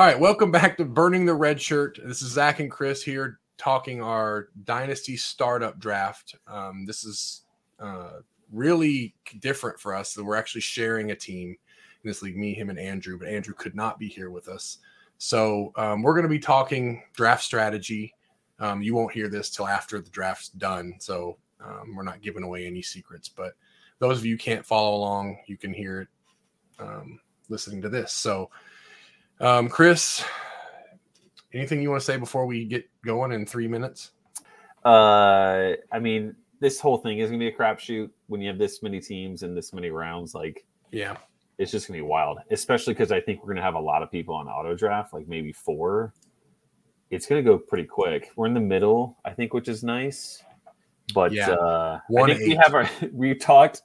All right, welcome back to Burning the Red Shirt. This is Zach and Chris here talking our Dynasty startup draft. Um, this is uh, really different for us. So we're actually sharing a team in this league, me, him, and Andrew, but Andrew could not be here with us. So um, we're going to be talking draft strategy. Um, you won't hear this till after the draft's done. So um, we're not giving away any secrets, but those of you who can't follow along, you can hear it um, listening to this. So, um, Chris, anything you want to say before we get going in three minutes? Uh, I mean, this whole thing is gonna be a crapshoot when you have this many teams and this many rounds. Like, Yeah. it's just gonna be wild, especially because I think we're gonna have a lot of people on auto draft, like maybe four. It's gonna go pretty quick. We're in the middle, I think, which is nice. But Yeah. uh, I One think we eight. have our we talked.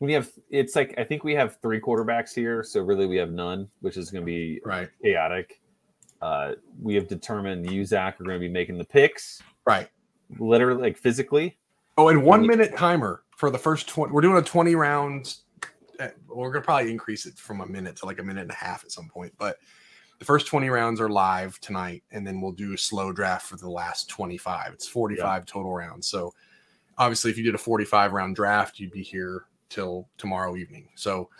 We have it's like I think we have three quarterbacks here, so really we have none, which is gonna be Right. chaotic. Uh, we have determined you, Zach, are going to be making the picks, Right. literally, like physically. Oh, and one minute timer for the first 20. We're doing a 20 rounds. uh, We're going to probably increase it from a minute to like a minute and a half at some point. But the first 20 rounds are live tonight. And then we'll do a slow draft for the last 25. It's 45 total rounds. So obviously, if you did a 45 round draft, you'd be here till tomorrow evening. So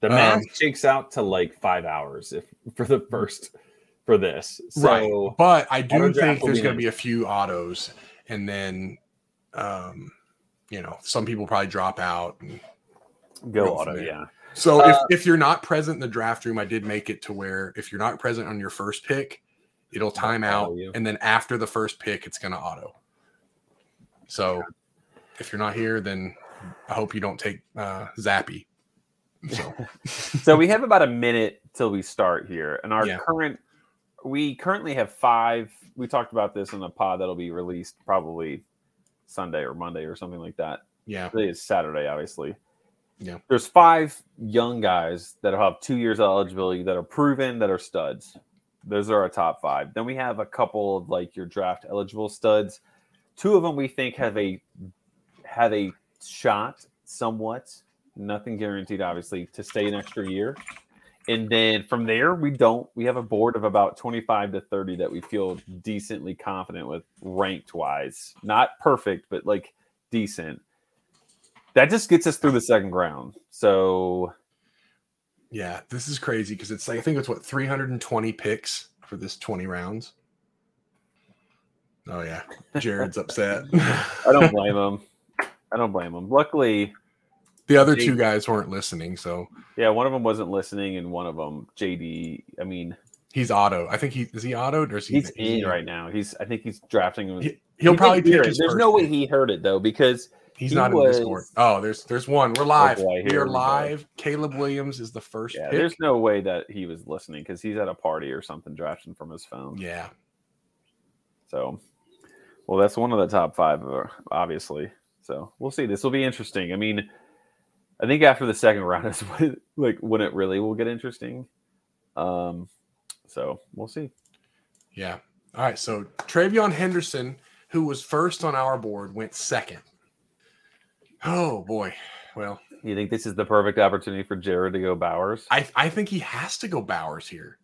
The Um, math shakes out to like five hours if for the first for this. So right. But I Auto draft do think will there's be going to nice. be a few autos, and then, um, you know, some people probably drop out. And go Go auto, from there. yeah. so Uh, if if you're not present in the draft room, I did make it to where if you're not present on your first pick, it'll time Auto out, you. and then after the first pick, it's going to auto. So if you're not here, then I hope you don't take uh, Zappy. So so we have about a minute till we start here and our Yeah. current we currently have five we talked about this in a pod that'll be released probably sunday or monday or something like that yeah, today is saturday obviously Yeah. there's five young guys that have two years of eligibility that are proven that are studs those are our top five then we have a couple of like your draft eligible studs two of them we think have a have a shot somewhat nothing guaranteed obviously to stay an extra year and then from there we don't we have a board of about 25 to 30 that we feel decently confident with ranked wise not perfect but like decent that just gets us through the second round so yeah, this is crazy because it's like I think it's what 320 picks for this 20 rounds. Oh yeah, Jared's upset. i don't blame him i don't blame him luckily The other They- two guys weren't listening, so yeah one of them wasn't listening and one of them jd i mean he's auto. I think he is he autoed or is he he's in right now he's i think he's drafting him He, will He probably didn't hear pick it. his there's first no way pick. he heard it though because he's he not in was- Discord. Oh, there's there's one. We're live. boy, we here are we go. live. Caleb Williams is the first yeah, pick. there's no way that he was listening because he's at a party or something drafting from his phone Yeah, So, well, that's one of the top five, uh, obviously. So we'll see. This will be interesting. I mean, I think after the second round is when, like when it really will get interesting. Um, so we'll see. yeah. All right. So Travion Henderson, who was first on our board, went second. Oh boy. Well, You think this is the perfect opportunity for Jared to go Bowers? I I think he has to go Bowers here.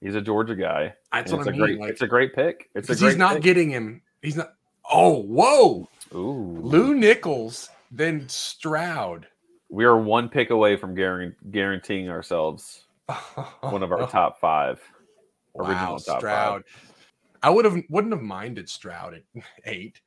He's a Georgia guy. That's and what it's I a mean. great. like, it's a great pick. It's a because great. he's not pick. getting him. He's not. Oh, whoa! Ooh, Lou Nichols, then Stroud. we are one pick away from guaran- guaranteeing ourselves one of our top five. wow, original top five. Stroud. I would have wouldn't have minded Stroud at eight.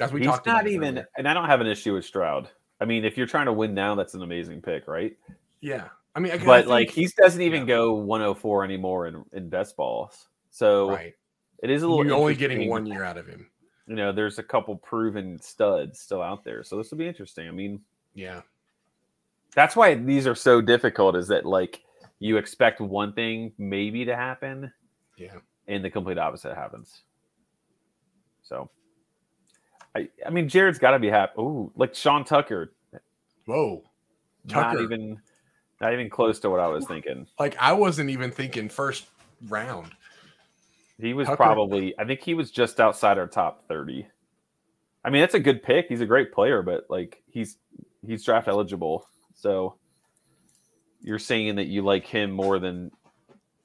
As we he's talked not about it even, earlier. and I don't have an issue with Stroud. I mean, if you're trying to win now, that's an amazing pick, right? Yeah, I mean, I, I but think- like he doesn't even yeah. go 104 anymore in, in best balls. So right. it is a little. You're only interesting. getting one year out of him. You know, there's a couple proven studs still out there, so this will be interesting. I mean, Yeah, that's why these are so difficult. Is that like you expect one thing maybe to happen, yeah. and the complete opposite happens. So, I I mean, Jared's got to be happy. Oh, like Sean Tucker, Whoa, not Tucker. even not even close to what I was thinking. like I wasn't even thinking first round. He was Tucker- probably, I think he was just outside our top 30. I mean, that's a good pick. He's a great player, but like he's he's draft eligible. So you're saying that you like him more than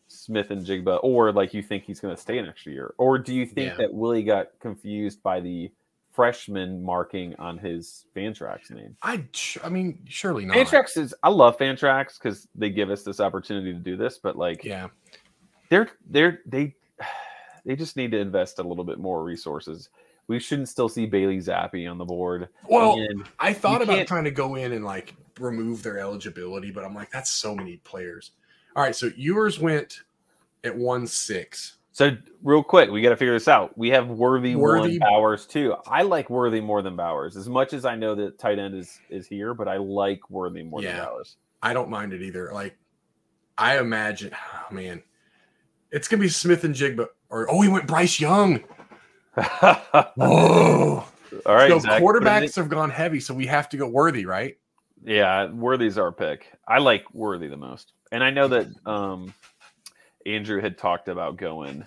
Smith and Jigba, or like you think he's going to stay an extra year, or do you think Yeah. that Willie got confused by the freshman marking on his Fantrax name? I, I mean, surely not. Fantrax is I love Fantrax because they give us this opportunity to do this, but like Yeah. they're they're they they just need to invest a little bit more resources. We shouldn't still see Bailey Zappi on the board. Well, And I thought you about can't- trying to go in and like remove their eligibility, but I'm like, that's so many players. All right, so yours went at one six. so real quick, we got to figure this out. We have Worthy, Worthy- one Bowers too. I like Worthy more than Bowers, as much as I know that tight end is is here, but I like Worthy more than Yeah. Bowers. I don't mind it either. Like, I imagine, oh, man, it's gonna be Smith and Jigba, or oh, he went Bryce Young. Oh, All right, so Zach, what do you think? quarterbacks have gone heavy, so we have to go worthy, right? Yeah, Worthy's our pick. I like Worthy the most, and I know that um, Andrew had talked about going,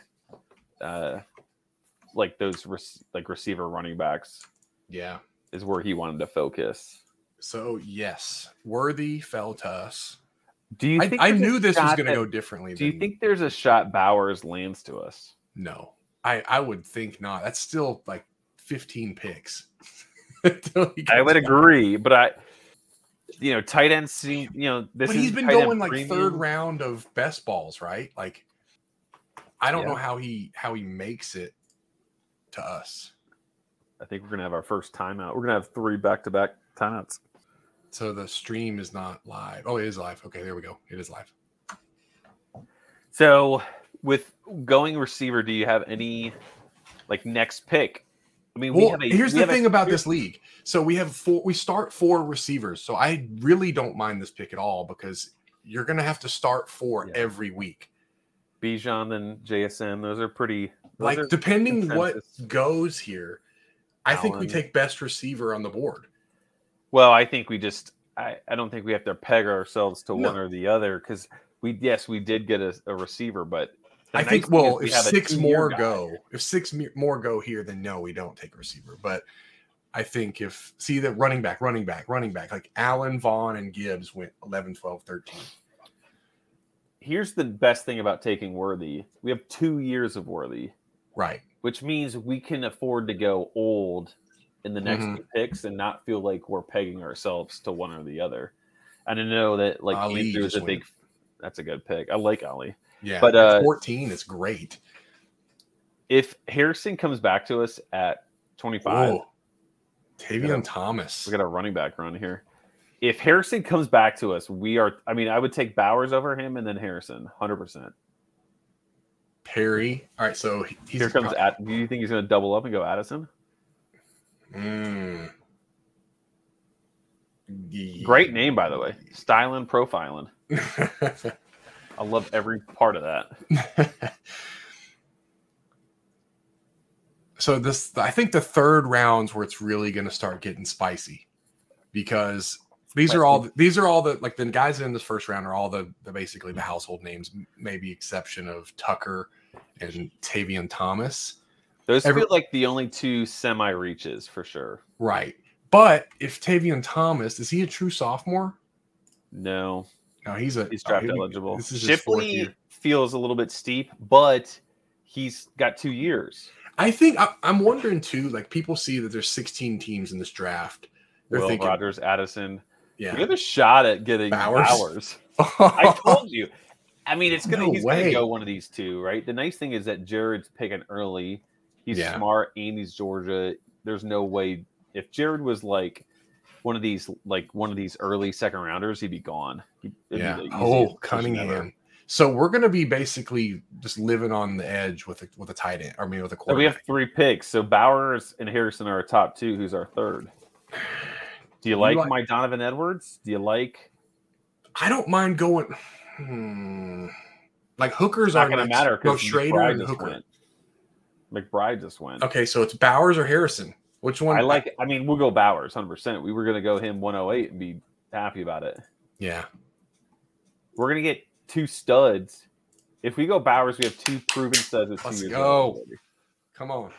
uh, like those rec- like receiver running backs Yeah. is where he wanted to focus. So yes, worthy fell to us. Do you? I, Think I there's a knew this was shot gonna that- go differently. Do you than- think there's a shot Bowers lands to us? No, I I would think not. That's still like 15 picks. Until he I gets would back. agree, but I, you know, tight ends seem, you know, this But is he's been tight end going like third premium. round of best balls, right? Like, I don't Yeah. know how he how he makes it to us. I think we're gonna have our first timeout. We're gonna have three back to back timeouts. So the stream is not live. Oh, it is live. Okay, there we go. It is live. So, with going receiver, do you have any like next pick? I mean, we Well, have a, here's we the have a- thing about this league. So we have four. We start four receivers. So I really don't mind this pick at all because you're gonna have to start four Yeah. every week. Bijan and JSN. Those are pretty. those like are depending consensus. what goes here, I think we Allen. take best receiver on the board. Well, I think we just. I, I don't think we have to peg ourselves to one No. or the other because we yes we did get a, a receiver, but the I nice think thing is well, we if have a six two-year more guy. go, if six me- more go here, then no, we don't take receiver. But I think if see the running back, running back, running back, like Allen, Vaughn, and Gibbs went 11, 12, 13. Here's the best thing about taking Worthy. We have two years of Worthy. Right. which means we can afford to go old in the next Mhm. few picks and not feel like we're pegging ourselves to one or the other. And I know that like Ali Andrew is just a big that's a good pick. I like Ali. Yeah. But, uh, 14 is great. If Harrison comes back to us at 25, Whoa. Tavian Thomas. we got a running back run here. If Harrison comes back to us, we are I mean, I would take Bowers over him and then Harrison 100%. Perry. All right. So he- he's Here comes at do you think he's going to double up and go Addison? Mm. Ye- Great name by the way. Styling profiling. I love every part of that. so this I think the third rounds where it's really going to start getting spicy because these are all these are all the like the guys in this first round are all the, the basically the household names maybe exception of Tucker and Tavian Thomas Those Every- feel like the only two semi reaches for sure. right but if Tavian Thomas is he a true sophomore No, no he's a he's draft oh, he- eligible. this is his fourth Shipley year feels a little bit steep, but he's got two years. I think I, I'm wondering too like people see that there's 16 teams in this draft they're Will thinking Rogers, Addison. We yeah have a shot at getting Bowers. Bowers. I told you. I mean, it's gonna No he's way. gonna go one of these two, right? The nice thing is that Jared's picking early. He's Yeah. smart and he's Georgia. There's no way if Jared was like one of these like one of these early second rounders, he'd be gone. He'd- it'd be Yeah. the easiest Oh, decision ever. Cunningham. So we're going to be basically just living on the edge with a, with a tight end, or I mean with a So we quarterback. have three picks. So Bowers and Harrison are our top two. Who's our third? Do you like, like- my Donovan Edwards? Do you like? I don't mind going. Hmm. Like Hooker's It's not our going to next- matter No, because Schrader McBride and just Hooker. went. McBride just went. Okay, so it's Bowers or Harrison. Which one? I like. I mean, we'll go Bowers 100. percent We were going to go him 108 and be happy about it. Yeah. We're going to get two studs. If we go Bowers, we have two proven studs with two Let's years. go. eligibility. Come on.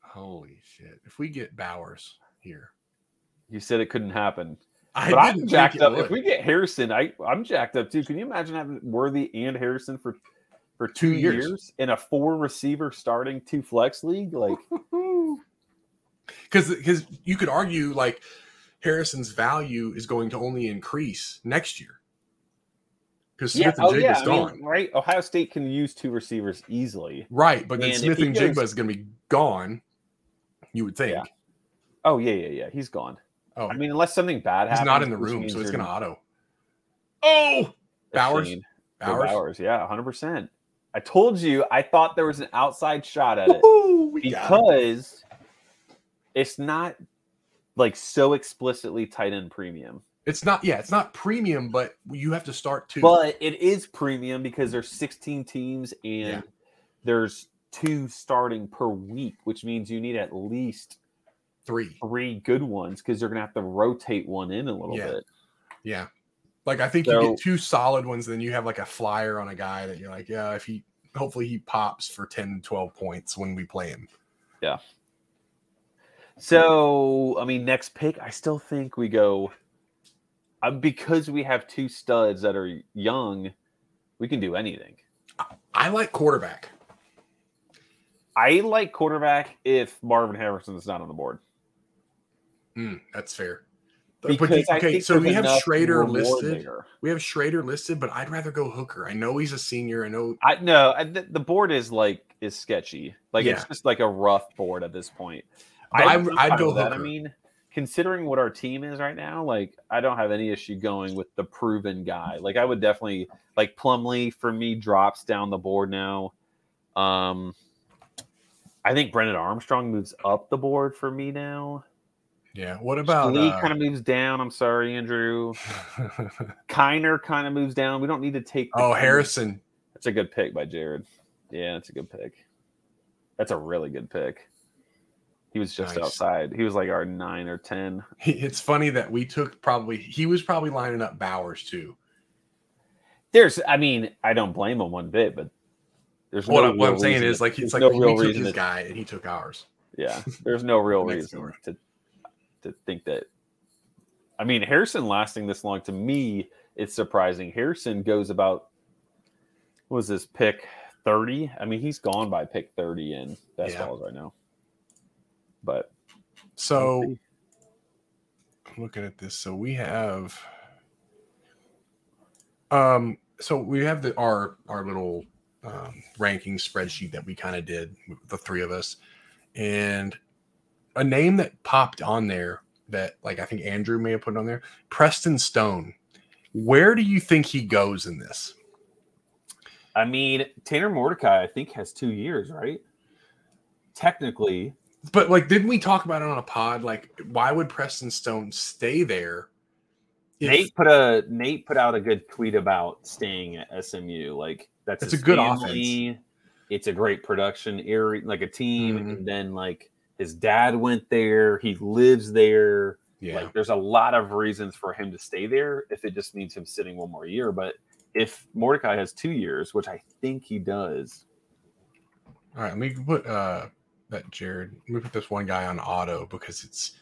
Holy shit! If we get Bowers here, You said it couldn't happen. I But I'm didn't jacked think it up. would. If we get Harrison, I I'm jacked up too. Can you imagine having Worthy and Harrison for for two, Two years. years. in a four receiver starting two flex league? Like because because you could argue like Harrison's value is going to only increase next year because Smith and oh, Jigba yeah, is I gone, mean, right? Ohio State can use two receivers easily. right? But then And if Smith he and goes- Jigba is going to be gone. You would think. Yeah. Oh yeah, yeah, yeah. He's gone. Oh, I mean, unless something bad happens, he's not in the which room, means so it's you're going to auto. Oh, Bowers? ashamed. Go Bowers. Bowers, yeah, hundred percent. I told you, I thought there was an outside shot at it Woo-hoo, we got it. because it's not like so explicitly tight end premium, It's not. Yeah, it's not premium, but you have to start two. but it is premium because there's 16 teams and Yeah. there's two starting per week, which means you need at least three. three good ones because you're gonna have to rotate one in a little Yeah. bit. Yeah. Like I think you So- get two solid ones, then you have like a flyer on a guy that you're like, yeah, if he hopefully he pops for 10, 12 points when we play him. So, I mean, next pick, I still think we go uh, because we have two studs that are young. We can do anything. I like quarterback. I like quarterback if Marvin Harrison's not on the board Mm, that's fair. But- but because do- I okay, think so we there's have enough Schrader reward listed. there. We have Schrader listed, but I'd rather go Hooker. I know he's a senior. I know. I no, I, the, the board is like is sketchy. Like Yeah. it's just like a rough board at this point. But I- I'm I'd fine go with that. I Hooker. mean, considering what our team is right now, like I don't have any issue going with the proven guy. Like I would definitely like Plumlee for me drops down the board now. Um, I think Brendan Armstrong moves up the board for me now. Yeah. What about? Lee Uh, kind of moves down. I'm sorry, Andrew. Kiner kind of moves down. We don't need to take. the oh, Kiner. Harrison. That's a good pick by Jared. Yeah, that's a good pick. That's a really good pick. He was just Nice. outside. He was like our nine or ten. He- It's funny that we took probably he was probably lining up Bowers too. There's, I mean, I don't blame him one bit, but there's What, no I- what real I'm saying reason is to- like it's there's like no we real took reason his to, guy and he took ours. yeah, there's no real Next reason door. to to think that. I mean, Harrison lasting this long to me, it's surprising. Harrison goes about what was this pick thirty? I mean, he's gone by pick thirty in best Yeah. balls right now, but. So looking at this. So we have um so we have the our our little um, ranking spreadsheet that we kind of did the three of us and a name that popped on there that like I think Andrew may have put on there Preston Stone where do you think he goes in this I mean, Tanner Mordecai, I think, has two years, right? Technically, but like didn't we talk about it on a pod like why would Preston Stone stay there if- Nate put a Nate put out a good tweet about staying at SMU. Like that's It's his a good It's a great production area, like a team. Mhm. And then like his dad went there. He lives there. yeah Like there's a lot of reasons for him to stay there if it just means him sitting one more year. But if Mordecai has two years, which I think he does, All right, let me put uh that Jared. Let me put this one guy on auto because it's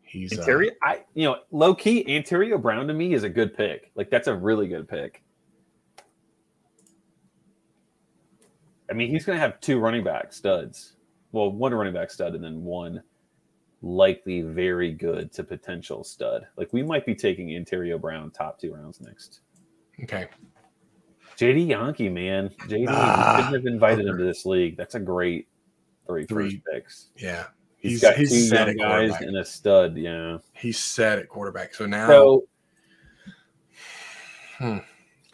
he's uh, Anterio, I you know, low key, Anterio Brown to me is a good pick. Like that's a really good pick. I mean, he's going to have two running back studs. Well, one running back stud and then one likely very good to potential stud. Like we might be taking Anterio Brown top two rounds next. okay. JD Yankee, man, JD you Ah. couldn't have invited him to this league. That's a great three first Three. picks. Yeah, he's He's- got he's two young set at guys quarterback. and a stud. Yeah. he's set at quarterback. So now, So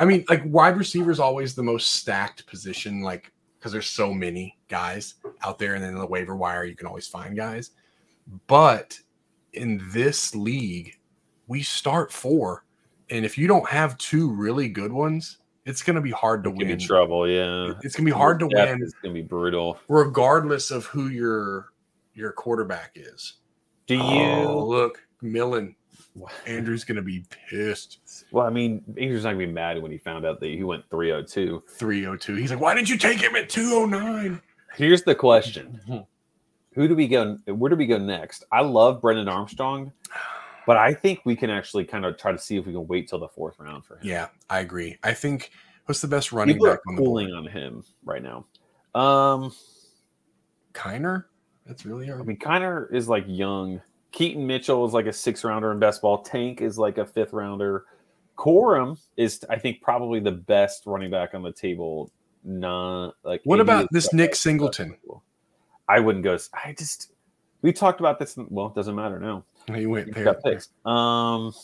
I mean, like wide receiver is always the most stacked position, like because there's so many guys out there, and then the waiver wire you can always find guys. But in this league, we start four, and if you don't have two really good ones, it's gonna be hard to Give me win. trouble, yeah. It's gonna be hard to Depth win. is gonna be brutal. regardless of who your your quarterback is. Do you? Oh, look, Millen. Andrew's gonna be pissed. Well, I mean, Andrew's not gonna be mad when he found out that he went 302. 302. He's like, why did you take him at 209? Here's the Hmm. question: Who do we go? Where do we go next? I love Brendan Armstrong, But I think we can actually kind of try to see if we can wait till the fourth round for him. Yeah, I agree. I think what's the best running People are back on the board? pulling on him right now. Um, Kiner? That's really I hard. mean, Kiner is like young. Keaton Mitchell is like a six rounder in best ball. Tank is like a fifth rounder. Corum is, I think, probably the best running back on the table. Not like What any about of this the- Nick Singleton? I wouldn't go. I just we talked about this. Well, it doesn't matter now. He went He's there. got picks. Um,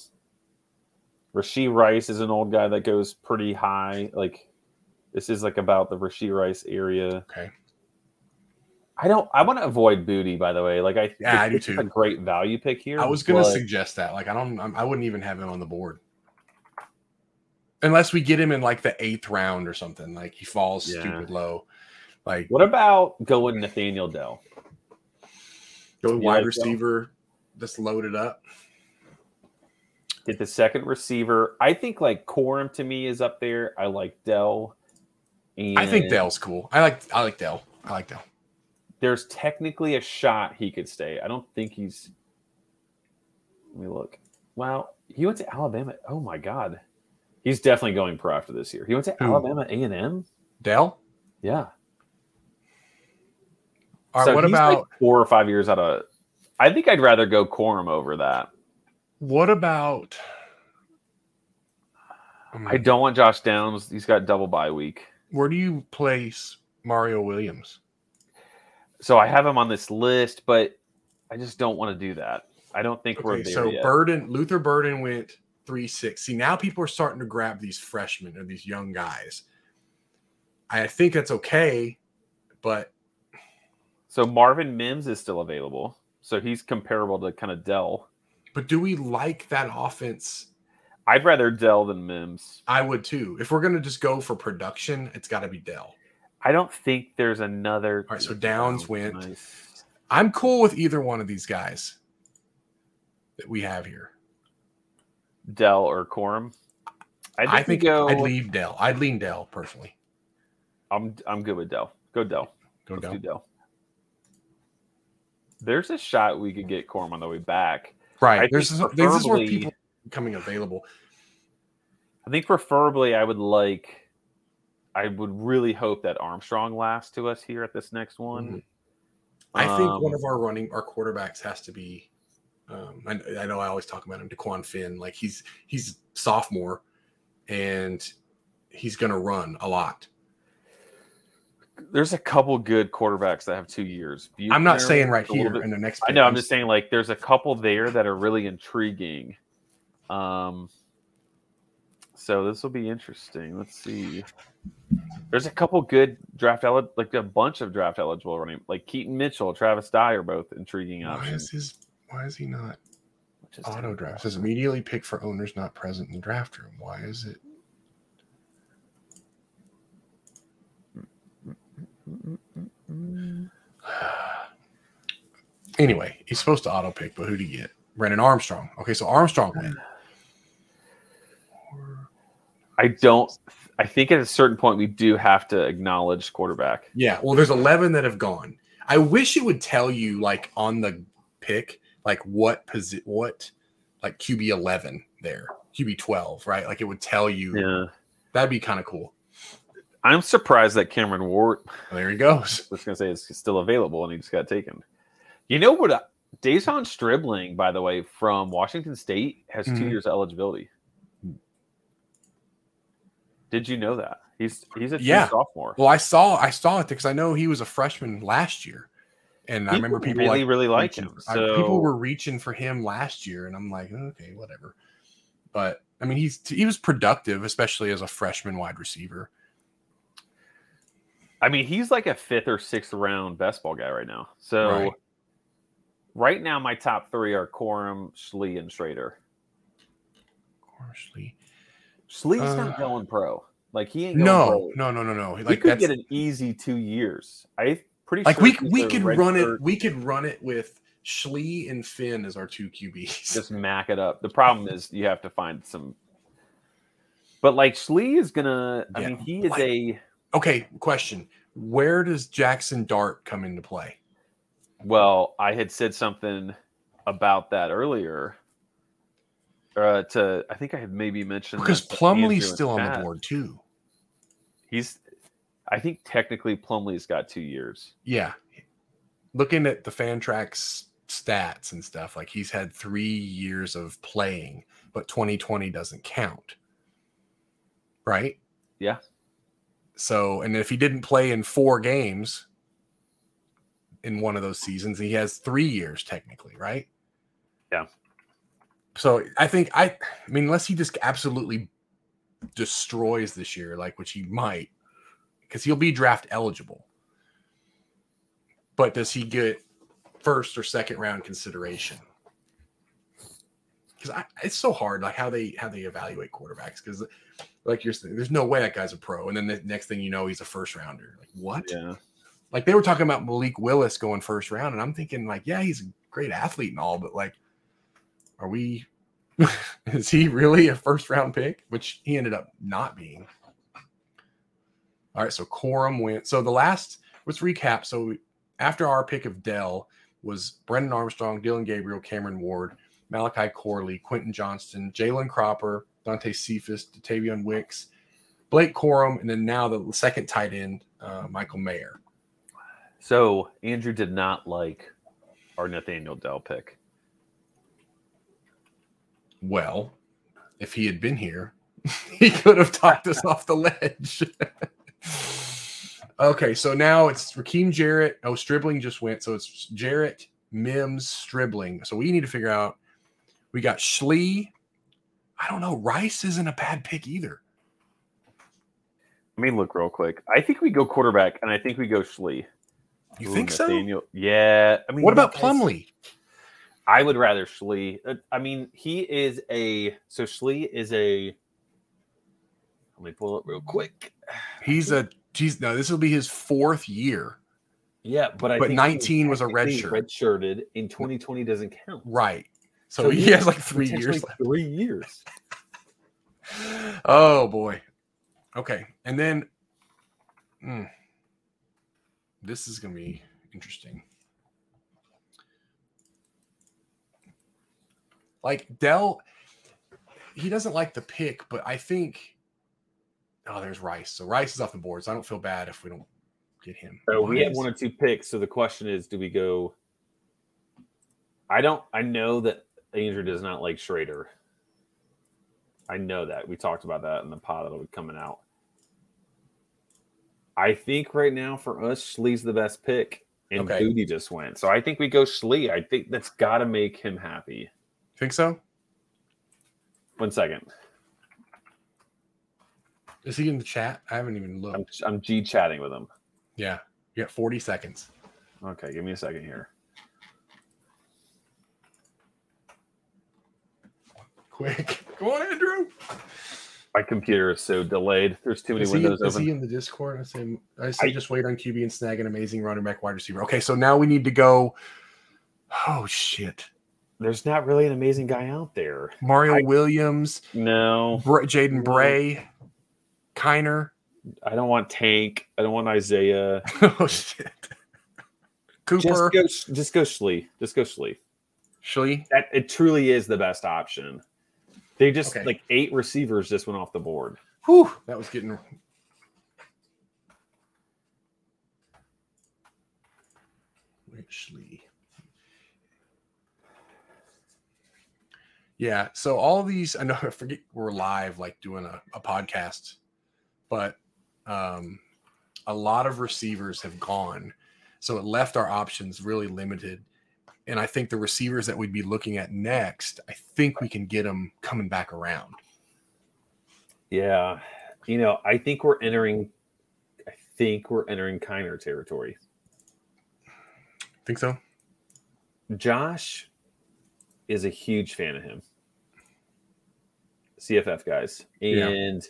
Rasheed Rice is an old guy that goes pretty high. Like this is like about the Rasheed Rice area. Okay. I don't. I want to avoid Booty. By the way, like I. Yeah, I do it's A too. great value pick here. I was gonna but suggest that. Like, I don't. I'm, I wouldn't even have him on the board unless we get him in like the eighth round or something. Like he falls Yeah. stupid low. Like What about going Nathaniel Dell? go You wide like Dell? receiver that's loaded up. Get the second receiver. I think like Corum to me is up there. I like Dell. And I think Dell's cool. I like. I like Dell. I like Dell. there's technically a shot he could stay. I don't think he's. Let me look. Wow, he went to Alabama. Oh my God, he's definitely going pro after this year. He went to Who? Alabama A and M. Dell. Yeah. All right. So what he's, like, about four or five years out of? I think I'd rather go Corum over that. what about? um, I don't want Josh Downs. He's got double bye week, Where do you place Mario Williams? so I have him on this list, but I just don't want to do that. I don't think we're Okay, there so yet. Burden Luther Burden went three six. See, now people are starting to grab these freshmen or these young guys. I think that's okay, but so Marvin Mims is still available, so he's comparable to kind of Dell. but do we like that offense? I'd rather Dell than Mims. I would too. If we're gonna just go for production, it's got to be Dell. I don't think there's another. All right, so Downs Wow, went. nice. I'm cool with either one of these guys that we have here. Dell or Corum. I think, I we think go. I'd leave Dell. I'd lean Dell personally. I'm I'm good with Dell. Go Dell. Go Let's Dell. do Dell. There's a shot we could get Corum on the way back. I Right. think there's this is where preferably- people are becoming available. I think preferably I would like. I would really hope that Armstrong lasts to us here at this next one. Mm-hmm. I think one Um, of our running our quarterbacks has to be. Um, I, I know I always talk about him, Daquan Finn. Like he's he's sophomore, and he's going to run a lot. there's a couple good quarterbacks that have two years. I'm not Buechner, saying right a little here bit- in the next. I know. I'm just saying, like, there's a couple there that are really intriguing. Um, so this will be interesting. Let's see. There's a couple good draft eligible, like a bunch of draft eligible running, like Keaton Mitchell, Travis Dye are both intriguing Why is options. his? Why is he not Which is auto draft? Says immediately pick for owners not present in the draft room. Why is it? Anyway, he's supposed to auto pick, but who do you get? Brendan Armstrong. Okay, so Armstrong went. I don't. I think at a certain point we do have to acknowledge quarterback. Yeah. Well, there's 11 that have gone. I wish it would tell you like on the pick, like what posi- what like QB 11 there, QB 12, right? Like it would tell you. Yeah, That'd be kind of cool. I'm surprised that Cameron Ward There he goes. I was gonna say it's still available and he just got taken. You know what? uh, I- Dason Stribling, by the way, from Washington State, has two Mhm. years eligibility. Did you know that he's he's a true Yeah. sophomore? Well, I saw I saw it because I know he was a freshman last year, and I remember people really like, really like reaching him. for- I- So people were reaching for him last year, and I'm like, okay, whatever. But I mean, he's he was productive, especially as a freshman wide receiver. I mean, he's like a fifth or sixth round best ball guy right now. So right, Right. now, my top three are Corum, Schlee, and Schrader. Honestly, Schlee's not Uh, going pro. Like he ain't going no, pro. no, no, no, no. we Like could that's get an easy two years. I pretty like sure we he's we a could red run shirt. it. We could run it with Schlee and Finn as our two QBs. just mac it up. The problem is you have to find some. But like Schlee is gonna. I Yeah. mean, he is Like- a okay, question: Where does Jackson Dart come into play? well. I had said something about that earlier. uh, to I think I had maybe mentioned because that to Plumlee's Andrew still and on the Pat. board too. He's I think technically Plumlee's got two years. Yeah, looking at the Fantrax stats and stuff, like he's had three years of playing, but 2020 doesn't count, right? Yeah. So, and if he didn't play in four games in one of those seasons, he has three years technically, right? Yeah. So I think I, I mean, unless he just absolutely destroys this year, like which he might, because he'll be draft eligible. But does he get first or second round consideration? Because it's so hard, like how they how they evaluate quarterbacks. Because like you're saying, there's no way that guy's a pro. And then the next thing you know, he's a first rounder. Like what? Yeah. Like they were talking about Malik Willis going first round, and I'm thinking like, yeah, he's a great athlete and all, but like, are we? is he really a first round pick? Which he ended up not being. All right, so Corum went. So the last let's recap. So we- after our pick of Dell was Brendan Armstrong, Dylan Gabriel, Cameron Ward, Malachi Corley, Quentin Johnston, Jalen Cropper, Dante Cephas, Datavion Wicks, Blake Corum, and then now the second tight end, uh, Michael Mayer. So Andrew did not like our Nathaniel Dell pick. Well, if he had been here, he could have talked us off the ledge. okay, so now it's Raheem Jarrett. Oh, Stribling just went. So it's Jarrett, Mims, Stribling. So we need to figure out. We got Schlee. I don't know. Rice isn't a bad pick either. Let me look real quick. I think we go quarterback, and I think we go Schlee. You Ooh, think so? Nathaniel- Yeah. I mean, What about because- Plumlee? I would rather Schlee. Uh, I mean, he is a so Schlee is a. Let me pull it real quick. He's a geez, no, this will be his fourth year. Yeah, but I But think 19 was a technically redshirt. Redshirted in 2020 doesn't count. Right. So, So he he has like three years Potentially Three years. left. Oh boy. Okay. And then hmm. this is gonna be interesting. Like Dell, he doesn't like the pick, but I think oh, there's Rice. So Rice is off the board, so I don't feel bad if we don't get him. So Oh, we have Rice. one or two picks. So the question is, do we go? I don't. I know that Andrew does not like Schrader. I know that we talked about that in the pod that'll be coming out. I think right now for us, Schlee's the best pick, and Okay. Booty just went. So I think we go Schlee. I think that's got to make him happy. think so? One second, Is he in the chat? I haven't even looked. I'm I'm g chatting with him. Yeah. You got 40 seconds. Okay, give me a second here. Quick. Come on, Andrew. My computer is so delayed. There's too many Is he, windows is open. he in the Discord? I say, I say I- just wait on QB and snag an amazing running back wide receiver. Okay, so now we need to go. Oh, shit. There's not really an amazing guy out there. Mario I- Williams, No, Br- Jaden Bray, Kiner. I don't want Tank. I don't want Isaiah. oh, shit. Cooper. Just go, just go Schley. Just go Schley. Shley. That it truly is the best option. They just Okay. like eight receivers just went off the board. Whew, that was getting. Richly. Yeah. So all these, I know, I forget we're live, like doing a, a podcast, but um, a lot of receivers have gone. So it left our options really limited. And I think the receivers that we'd be looking at next, I think we can get them coming back around. Yeah, you know, I think we're entering. I think we're entering Kiner territory. Think so? Josh is a huge fan of him. CFF guys, Yeah. and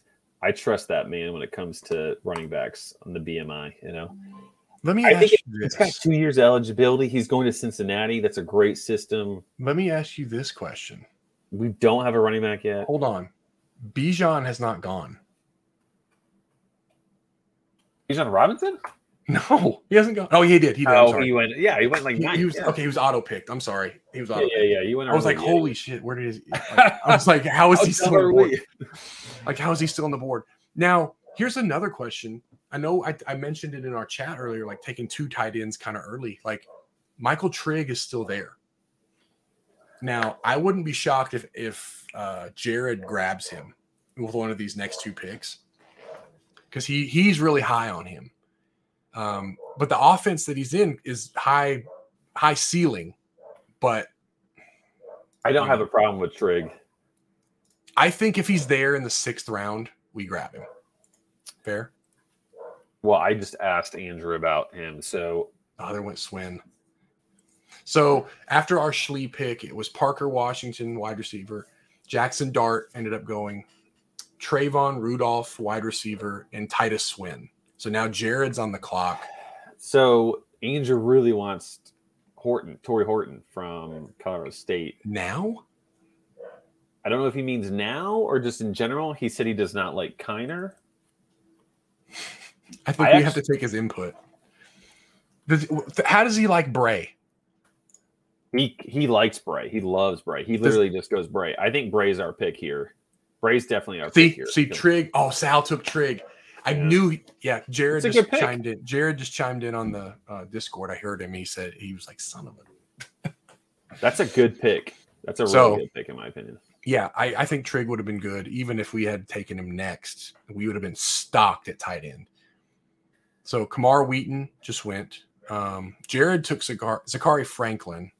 I trust that man when it comes to running backs on the BMI. You know. Let me I ask think you He's got this. two years eligibility. He's going to Cincinnati. That's a great system. Let me ask you this question. We don't have a running back yet. Hold on. Bijan has not gone. Bijan Robinson? No, he hasn't gone. Oh, he did. He did. I'm oh, sorry. he went. Yeah, he went like He- ninth. he was yeah. okay. He was auto picked. I'm sorry. He was Yeah, auto. yeah, yeah. He went. I was like, early, yeah. holy shit, where did his? I was like, how is How he still dumb on the are board? we? Like, how is he still on the board? Now, here's another question. I know I, I mentioned it in our chat earlier, like taking two tight ends kind of early. Like, Michael Trigg is still there. Now, I wouldn't be shocked if if uh, Jared grabs him with one of these next two picks because he he's really high on him. Um, but the offense that he's in is high high ceiling, but I don't Mm. have a problem with Trig. I think if he's there in the sixth round, we grab him. Fair. Well, I just asked Andrew about him, so Oh, there went Swin. So after our Schlee pick, it was Parker Washington, wide receiver. Jackson Dart ended up going. Trayvon Rudolph, wide receiver, and Titus Swin. So now Jared's on the clock. so Andrew really wants Horton, Tory Horton from Colorado State. Now? I don't know if he means now or just in general. He said he does not like Kiner. I think I we have to take his input. Does- how does he like Bray? He he likes Bray. He loves Bray. He literally just goes Bray. I think Bray's our pick here. Bray's definitely our pick See, here. see, Trig. Oh, Sal took Trig. I Yeah. knew. he- Yeah, Jared It's a just good pick. chimed in. Jared just chimed in on the uh, Discord. I heard him. He said he was like, "Son of a." That's a good pick. That's a really So- good pick in my opinion. Yeah, I, I think Trig would have been good, even if we had taken him next. We would have been stocked at tight end. So Kamar Wheaton just went. Um, Jared took Zakar- Zachary Franklin.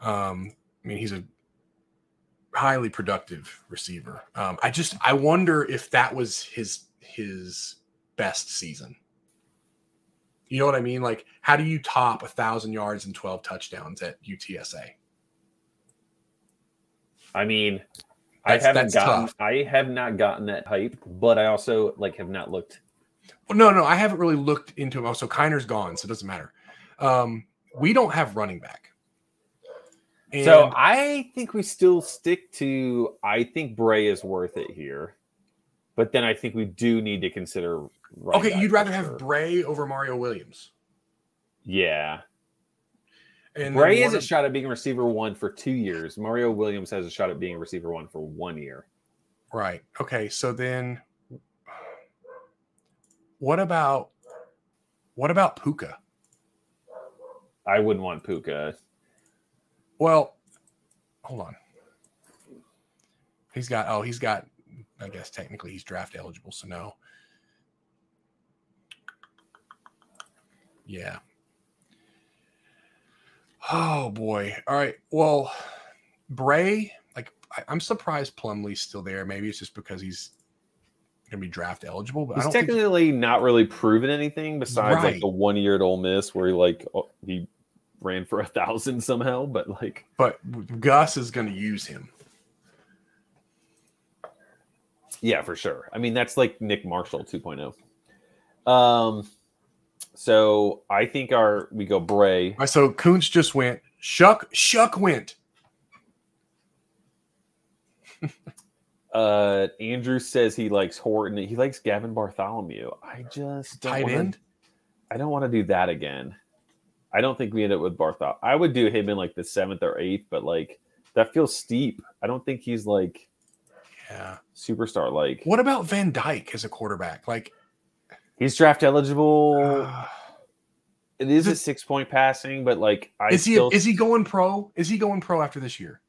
Um, I mean, he's a highly productive receiver. Um, I just I wonder if that was his his best season. You know what I mean? Like, how do you top a thousand yards and twelve touchdowns at UTSA? I mean, That's- I haven't that's gotten tough. I have not gotten that hype, but I also like have not looked. Well, no, no, I haven't really looked into him. Oh, so Kiner's gone, so it doesn't matter. Um, we don't have running back. And so I think we still stick to I think Bray is worth it here. But then I think we do need to consider running okay, back you'd for rather have sure. Bray over Mario Williams. Yeah. And Bray then has one a of- shot at being receiver one for two years. Mario Williams has a shot at being receiver one for one year. right. Okay, so then what about what about Puka? I wouldn't want Puka. Well, hold on. He's got oh, he's got I guess technically he's draft eligible, so no. Yeah. Oh boy. All right. Well, Bray, like I, I'm surprised Plumlee's still there. Maybe it's just because he's gonna be draft eligible, but I He's don't think technically not really proven anything besides Right. like the one year at Ole Miss where he like oh, he ran for a thousand somehow, but like but Gus is gonna use him. Yeah, for sure. I mean, that's like Nick Marshall 2.0. Um, so I think our we go Bray. All right, so Koontz just went. Shuck, Shuck went. Uh, Andrew says he likes Horton. He likes Gavin Bartholomew. I just don't Tight wanna- end. I don't want to do that again. I don't think we end up with Bartholomew. I would do him in like the seventh or eighth, but like that feels steep. I don't think he's like Yeah. superstar. Like What about Van Dyke as a quarterback? Like, he's draft eligible. uh, it is a this- six point passing, but like I is he still, is he going pro? Is he going pro after this year?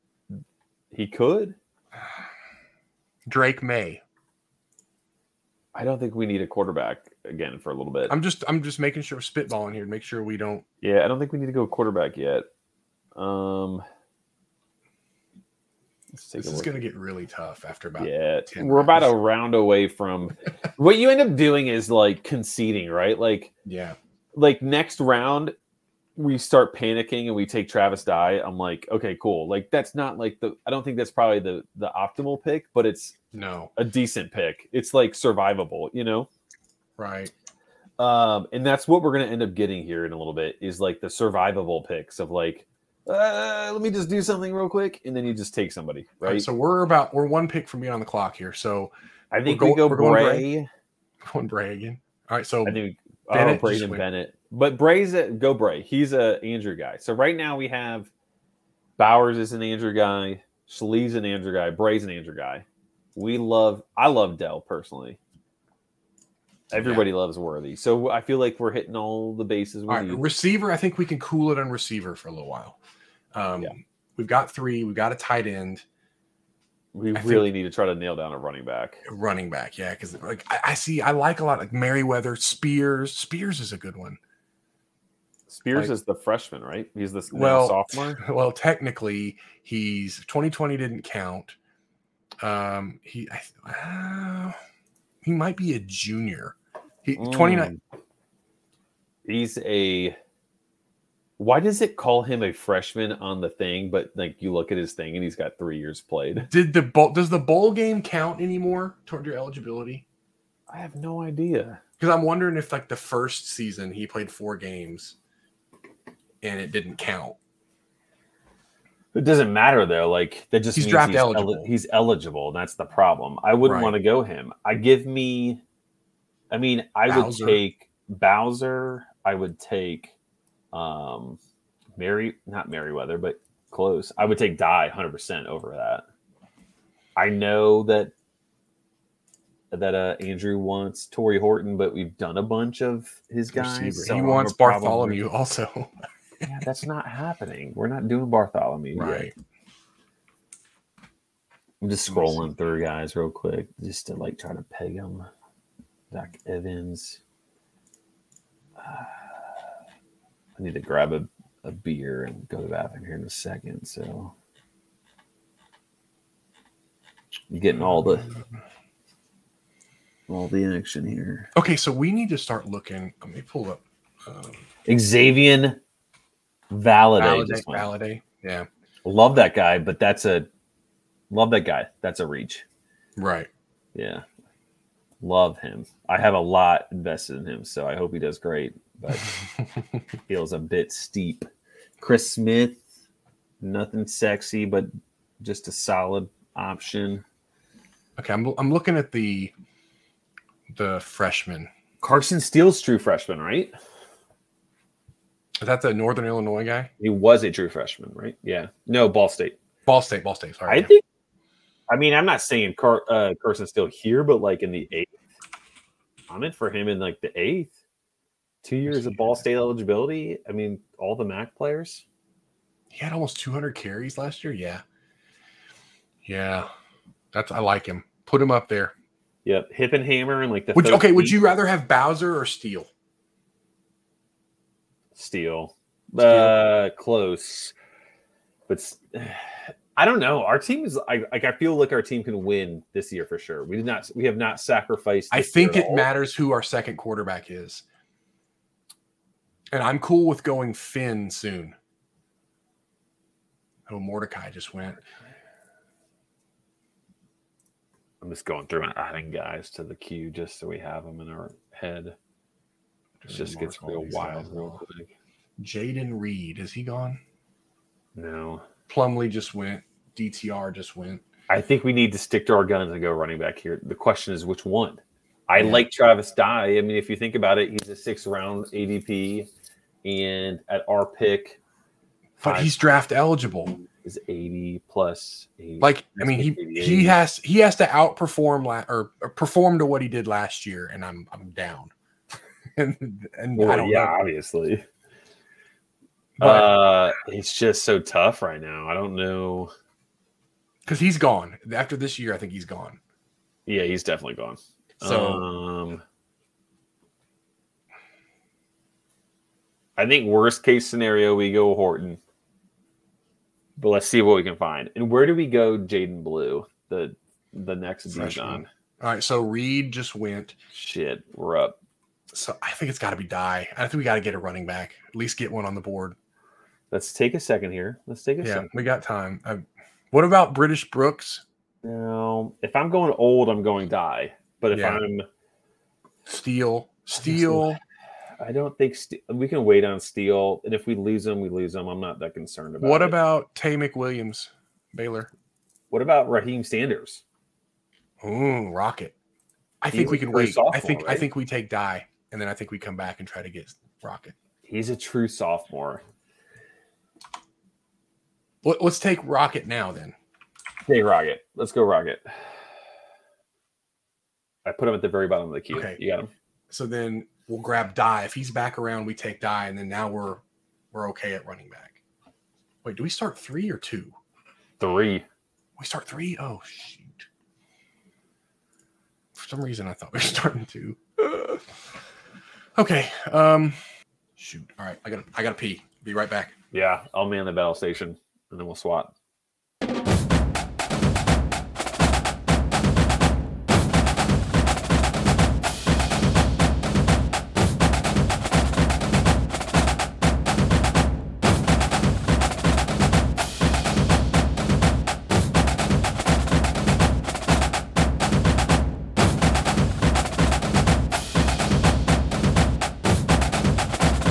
he could. Drake May. I don't think we need a quarterback again for a little bit. I'm just I'm just making sure spitballing here to make sure we don't. Yeah, I don't think we need to go quarterback yet. Um, let's take This a is look. going to get really tough after about. yeah, 10 we're about a rounds. round away from what you end up doing is like conceding, right? Like, Yeah. like next round, we start panicking and we take Travis Dye. I'm like, okay, cool. Like, that's not like the. I don't think that's probably the the optimal pick, but it's No. a decent pick. It's like survivable, you know. Right. Um, and that's what we're going to end up getting here in a little bit is like the survivable picks of like, uh, let me just do something real quick, and then you just take somebody, All right? So we're about we're one pick from being on the clock here. So I think we're we go- go we're going Bray. going Bray again. All right, so I think Bennett oh, just Braden went- Bennett. But Bray's a, go Bray. He's a Andrew guy. So right now we have Bowers is an Andrew guy, Schley's an Andrew guy, Bray's an Andrew guy. We love I love Dell personally. Everybody loves Worthy. So I feel like we're hitting all the bases All we right, need. receiver. I think we can cool it on receiver for a little while. Um, Yeah. We've got three. We've got a tight end, We I think- really need to try to nail down a running back. running back. Yeah, because like I, I see, I like a lot like Merriweather, Spears. Spears is a good one. Spears Like- is the freshman, right? He's the Well, well, sophomore. Well, technically, he's 2020 didn't count. Um, he I, uh, he might be a junior. He 29. Mm. He's a. Why does it call him a freshman on the thing? But like you look at his thing and he's got three years played. Did the bowl does the bowl game count anymore toward your eligibility? I have no idea. Because I'm wondering if like the first season he played four games and it didn't count. It doesn't matter though. Like that just He's means draft he's eli- eligible. he's eligible. And that's the problem. I wouldn't Right. want to go him. I give me. I mean, I Bowser. would take Bowser. I would take, um, Mary not Merriweather, but close. I would take Die hundred percent over that. I know that that uh Andrew wants Tory Horton, but we've done a bunch of his guys. Receiver. so he I'm wants a problem- Bartholomew also. Yeah, that's not happening. We're not doing Bartholomew. yet. Right. I'm just Let me see. scrolling through guys real quick just to like try to peg them. Doc Evans. Uh, I need to grab a, a beer and go to the bathroom here in a second. So you're getting all the all the action here. Okay, so we need to start looking. Let me pull up um, Xavier Valade. Validate. just went. Validate. Yeah. Love that guy, but that's a love that guy. That's a reach. Right. Yeah. Love him. I have a lot invested in him, so I hope he does great, but feels a bit steep. Chris Smith, nothing sexy, but just a solid option. Okay, I'm I'm looking at the the freshman. Carson Steele's true freshman, right? Is that the Northern Illinois guy? He was a true freshman, right? Yeah. No, Ball State. Ball State, Ball State. Sorry. I think. I mean, I'm not saying Car- uh, Carson's still here, but like in the eighth, I'm in for him in like the eighth. Two years of Ball State eligibility. I mean, all the MAC players. he had almost 200 carries last year. Yeah, yeah, that's I like him. Put him up there. Yep, hip and hammer and like the. Would you, okay? Would 13th you rather have Bowser or Steele? steel? Uh, close, but s- I don't know. Our team is I, like I feel like our team can win this year for sure. We did not. We have not sacrificed. I this year think at it all. matters who our second quarterback is, and I'm cool with going Finn soon. Oh, Mordecai just went. I'm just going through and adding guys to the queue just so we have them in our head. It just Mark gets all real these wild guys real off. quick. Jaden Reed is he gone? No, Plumley just went. DTR just went. I think we need to stick to our guns and go running back here. The question is which one. I Yeah. like Travis Dye. I mean, if you think about it, he's a six round ADP, and at our pick But Five. he's draft eligible. is eighty plus. 80. Like I mean, he he has he has to outperform la- or, or perform to what he did last year, and I'm I'm down. and and Well, I don't yeah, know, obviously. but uh, it's just so tough right now. I don't know. because he's gone after this year, I think he's gone. Yeah, he's definitely gone. So um, I think worst case scenario we go Horton, but let's see what we can find. And where do we go, Jaden Blue? The the next dude Freshman. on. all right, so Reed just went. Shit, we're up. So I think it's got to be Die. I think we got to get a running back. At least get one on the board. Let's take a second here. Let's take a Yeah, second. we got time. I, what about British Brooks? Now, if I'm going old, I'm going die. But if Yeah. I'm, Steele, Steele. I don't think Ste- we can wait on Steele. And if we lose him, we lose him. I'm not that concerned about. What it. about Tay McWilliams, Baylor? what about Raheem Sanders? Ooh, Rocket. I He's think we a can free wait. I sophomore, think I right? think we take Die. and then I think we come back and try to get Rocket. He's a true sophomore. Let- Let's take Rocket now. Then Hey, Rocket. Let's go, Rocket. I put him at the very bottom of the queue. Okay. You got him. so then we'll grab Die if he's back around. We take Die, and then now we're we're okay at running back. Wait, do we start three or two? Three. We start three? Oh shoot! For some reason, I thought we were starting two. Ugh. okay. Um. Shoot. All right. I gotta. I gotta pee. Be right back. Yeah, I'll man the battle station and then we'll swat.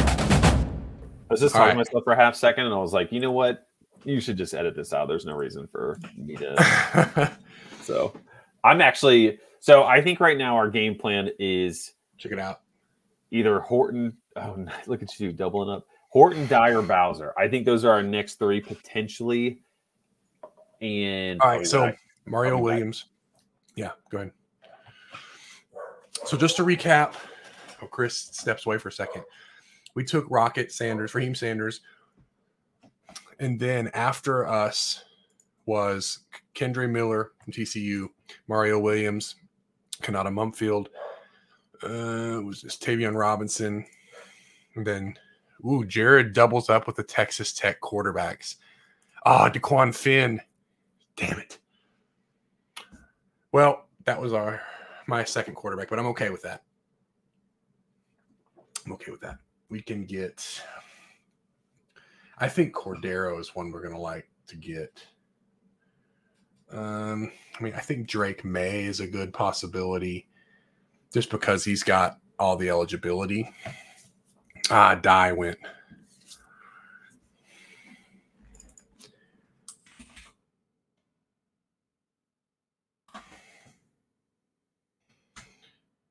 I was just All talking right. to myself for a half second and I was like, you know what? You should just edit this out. There's no reason for me to. so I'm actually, so I think right now our game plan is Check it out. either Horton. Oh, no, look at you doubling up. Horton, Dyer, Bowser. I think those are our next three potentially. And All right, so Mario I'll be back. Williams. Yeah, go ahead. So just to recap, oh, Chris steps away for a second. We took Rocket Sanders, Raheem Sanders, and then after us was Kendra Miller from TCU, Mario Williams, Kanata Mumfield, uh, it was this Tavion Robinson, and then ooh, Jared doubles up with the Texas Tech quarterbacks. Ah, Daquan Finn. Damn it. Well, that was our my second quarterback, but I'm okay with that. I'm okay with that. We can get. I think Cordero is one we're gonna like to get. Um, I mean, I think Drake May is a good possibility, just because he's got all the eligibility. Ah, die went.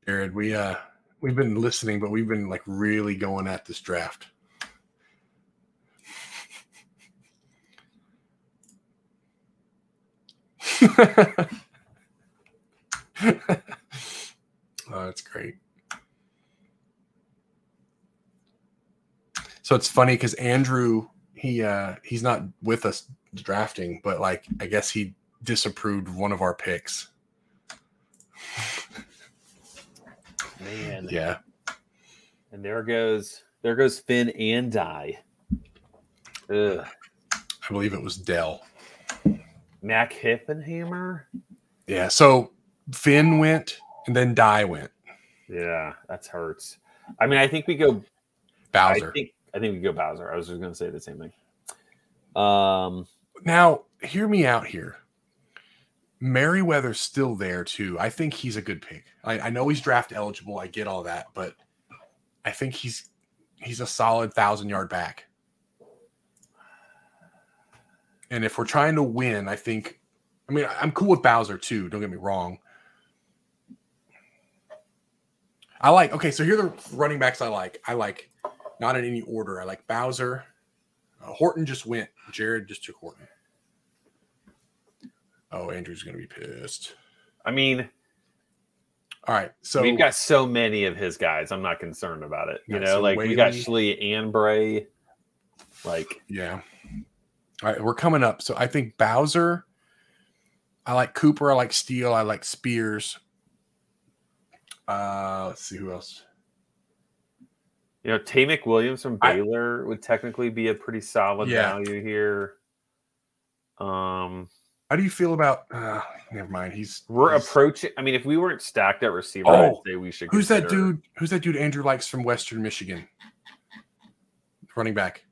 Jared, we uh we've been listening, but we've been like really going at this draft. oh, Oh, that's great. So it's funny because Andrew he uh he's not with us drafting, but like I guess he disapproved one of our picks. oh, man, Yeah. and there goes there goes Finn and Die. Ugh. I believe it was Dell. Mac Hippenhammer. Yeah. So Finn went and then Die went. Yeah, that hurts. I mean, I think we go I Bowser. think I think we go Bowser. I was just gonna say the same thing. Um now, hear me out here. Merriweather's still there too. I think he's a good pick. I, I know he's draft eligible. I get all that, but I think he's he's a solid thousand yard back. And if we're trying to win, I think I mean I'm cool with Bowser too, don't get me wrong. I like okay, so here are the running backs I like. I like not in any order. I like Bowser. Uh, Horton just went. Jared just took Horton. Oh, Andrew's gonna be pissed. I mean All right, so we've got so many of his guys. I'm not concerned about it. You Got know, some like we got Whaley. Schley and Bray. Like Yeah. All right, we're coming up. So I think Bowser. I like Cooper. I like Steele. I like Spears. Uh, let's see who else. you know, Tamek Williams from I- Baylor would technically be a pretty solid Yeah. value here. Um How do you feel about? Uh, never mind. He's we're he's- approaching I mean, if we weren't stacked at receiver, Oh, I'd say we should Who's that consider- dude? Who's that dude? Andrew likes from Western Michigan. Running back.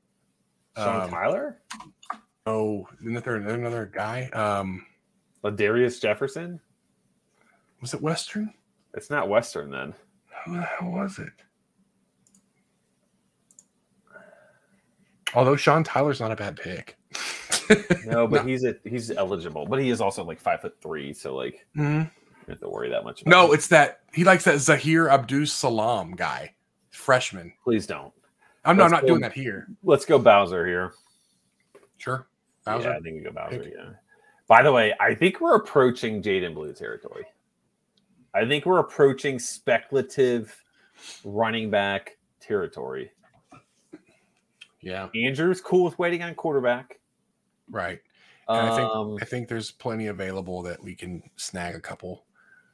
Sean Um, Tyler? oh, isn't there another guy? Um, Ladarius Jefferson? was it Western? It's not Western then. Who the hell was it? Although Sean Tyler's not a bad pick. No, but No. he's a he's eligible, but he is also like five foot three, so like Mhm. You have to worry that much. about No, him. it's that he likes that Zahir Abdus Salam guy, freshman. please don't. I'm not, I'm Let's not go- doing that here. Let's go Bowser here. Sure. Yeah, I Bowser. think we go Bowser. Pick. Yeah. By the way, I think we're approaching Jaden Blue territory. I think we're approaching speculative running back territory. Yeah. Andrew's cool with waiting on quarterback. Right. And I think- Um, I think there's plenty available that we can snag a couple.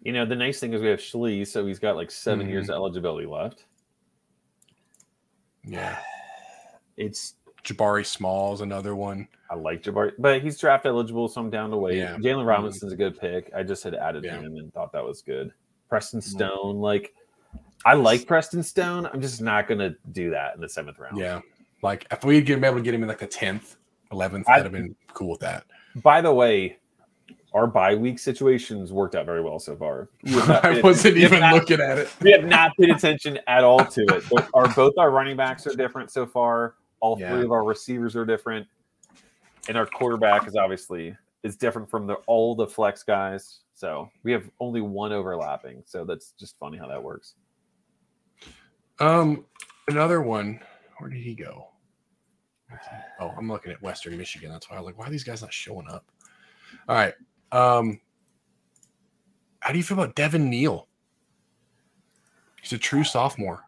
you know, the nice thing is we have Schlee, so he's got like 7 Mhm. years of eligibility left. Yeah. It's Jabari Small's another one. I like Jabari, but he's draft eligible, so I'm down to wait. Yeah. Mm-hmm. Jalen Robinson's a good pick. I just had added Yeah. Mm-hmm. him and thought that was good. Preston Stone, like I like Preston Stone. I'm just not gonna do that in the seventh round. Yeah. Like if we'd get, been able to get him in like the 10th, 11th, I- I'd have been cool with that. By the way, our bye week situations worked out very well so far. We have not I paid- wasn't we have even not- looking at it. We have not paid attention at all to it. But our both our running backs are different so far. All Yeah. three of our receivers are different, and our quarterback is obviously is different from the all the flex guys. So we have only one overlapping. So that's just funny how that works. Um, another one. Where did he go? Oh, I'm looking at Western Michigan. That's why I was like, why are these guys not showing up? All right. Um, how do you feel about Devin Neal? He's a true sophomore,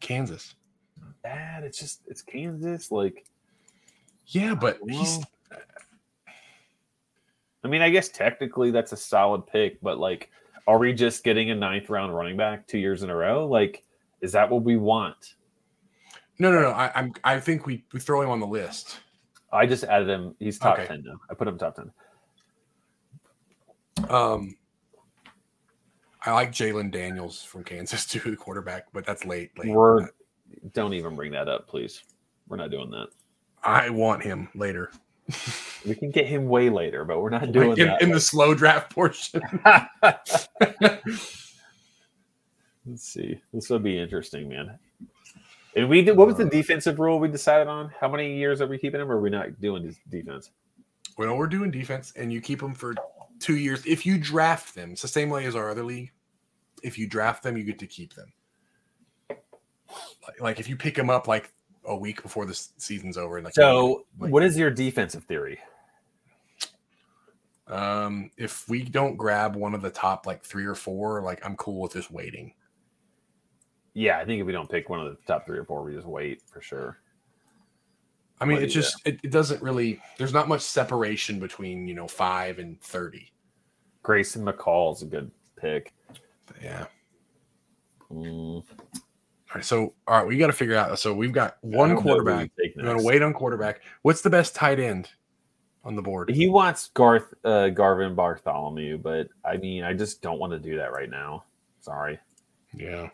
Kansas. Bad. It's just it's Kansas. Like Yeah, but he's Oh, Well, I mean, I guess technically that's a solid pick, but like, are we just getting a ninth round running back two years in a row? Like, is that what we want? no, no, no. I, I'm. I think we, we throw him on the list. I just added him. He's top Okay. ten now. I put him top ten. Um, I like Jalen Daniels from Kansas too, the quarterback, but that's late. late. We're don't even bring that up, please. We're not doing that. I want him later. We can get him way later, but we're not doing Like, in, that. in the slow draft portion. Let's see. This would be interesting, man. And we did. What was the defensive rule we decided on? How many years are we keeping him? Or are we not doing his defense? Well, we're doing defense, and you keep them for two years. If you draft them, it's the same way as our other league. If you draft them, you get to keep them. Like, like if you pick them up like a week before the s- season's over, and like So, Like- what is your defensive theory? um, if we don't grab one of the top like three or four, like I'm cool with just waiting. Yeah, I think if we don't pick one of the top three or four, we just wait for sure. I mean, Well, it just it, it doesn't really. There's not much separation between you know five and thirty. Grayson McCall is a good pick. Yeah. Mm, All right. So all right, we got to figure out. So we've got one I don't know who quarterback. we take We're gonna next. wait on quarterback. What's the best tight end on the board? He wants Garth uh, Garvin Bartholomew, but I mean, I just don't want to do that right now. Sorry. Yeah,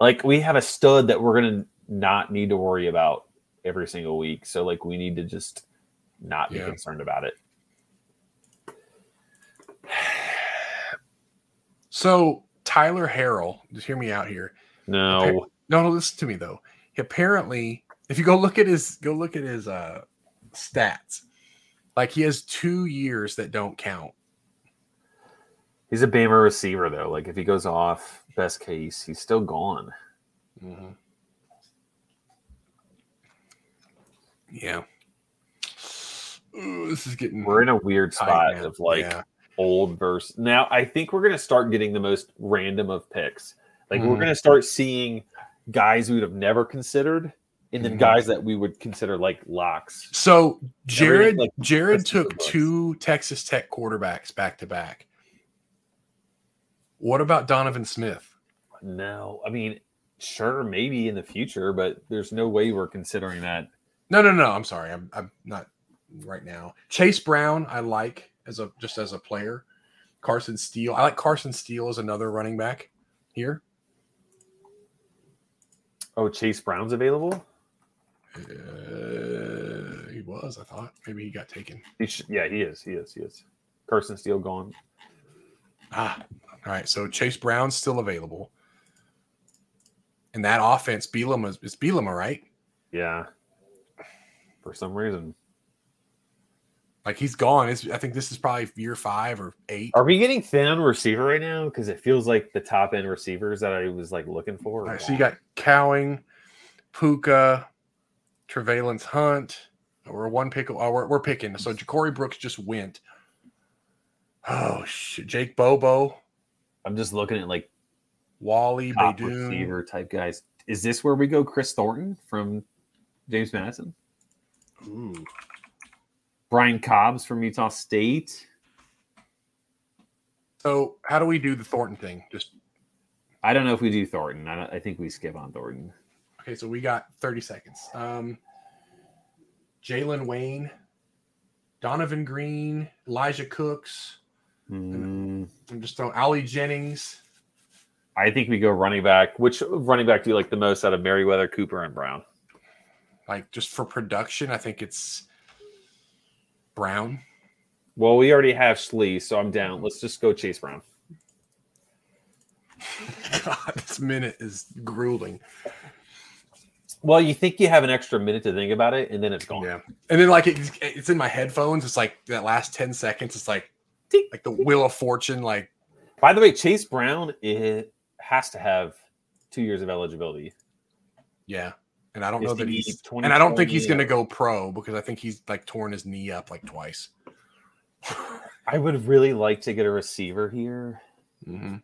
Like we have a stud that we're gonna not need to worry about every single week. So like we need to just not be Yeah. concerned about it. So Tyler Harrell, just hear me out here. No, No, no, listen to me though. He apparently, if you go look at his go look at his uh stats, like he has two years that don't count. he's a Bama receiver though. Like if he goes off, best case, he's still gone. Mm-hmm. Yeah. Ooh, this is getting We're in a weird tight spot now. of like Mm. Yeah. old verse. Now I think we're gonna start getting the most random of picks. Like we're Mhm. gonna start seeing guys we would have never considered, and then Mhm. guys that we would consider like locks. So Jared Everything, like, Jared puts into took the books. two Texas Tech quarterbacks back to back. What about Donovan Smith? No, I mean, sure, maybe in the future, but there's no way we're considering that. No, no, no. I'm sorry. I'm I'm not right now. Chase Brown, I like as a just as a player. Carson Steele. I like Carson Steele as another running back here. Oh, Chase Brown's available. Uh, he was, I thought. Maybe he got taken. He sh- yeah, he is. He is. He is. Carson Steele gone. Ah. All right. So Chase Brown's still available. And that offense, Bielema is it's Bielema, right? Yeah, for some reason. Like he's gone. It's, I think this is probably year five or eight. Are we getting thin on receiver right now? Because it feels like the top end receivers that I was like looking for. All right, so you got Cowing, Puka, Trevalence Hunt. We're one pick. Oh, we're, we're picking. So Ja'Cory Brooks just went. Oh shit! Jake Bobo, I'm just looking at like Wally top Badoon. receiver type guys. Is this where we go, Chris Thornton from James Madison? Ooh. Brian Cobbs from Utah State. So how do we do the Thornton thing? Just I don't know if we do Thornton. I, don't, I think we skip on Thornton. okay. So we got 30 seconds. Um, Jalen Wayne, Donovan Green, Elijah Cooks. Mm, I'm just throwing Ali Jennings. I think we go running back. Which running back do you like the most out of Merriweather, Cooper, and Brown? Like just for production, I think it's Brown. Well, we already have Slee, so I'm down. Let's just go Chase Brown. God, this minute is grueling. Well, you think you have an extra minute to think about it, and then it's gone. Yeah. And then like it, it's in my headphones. It's like that last 10 seconds. It's like like the wheel of fortune. Like By the way, Chase Brown it has to have two years of eligibility. yeah. And I don't Is know that he he's and I don't think he's 2020? gonna go pro because I think he's like torn his knee up like twice. I would really like to get a receiver here. Mm-hmm.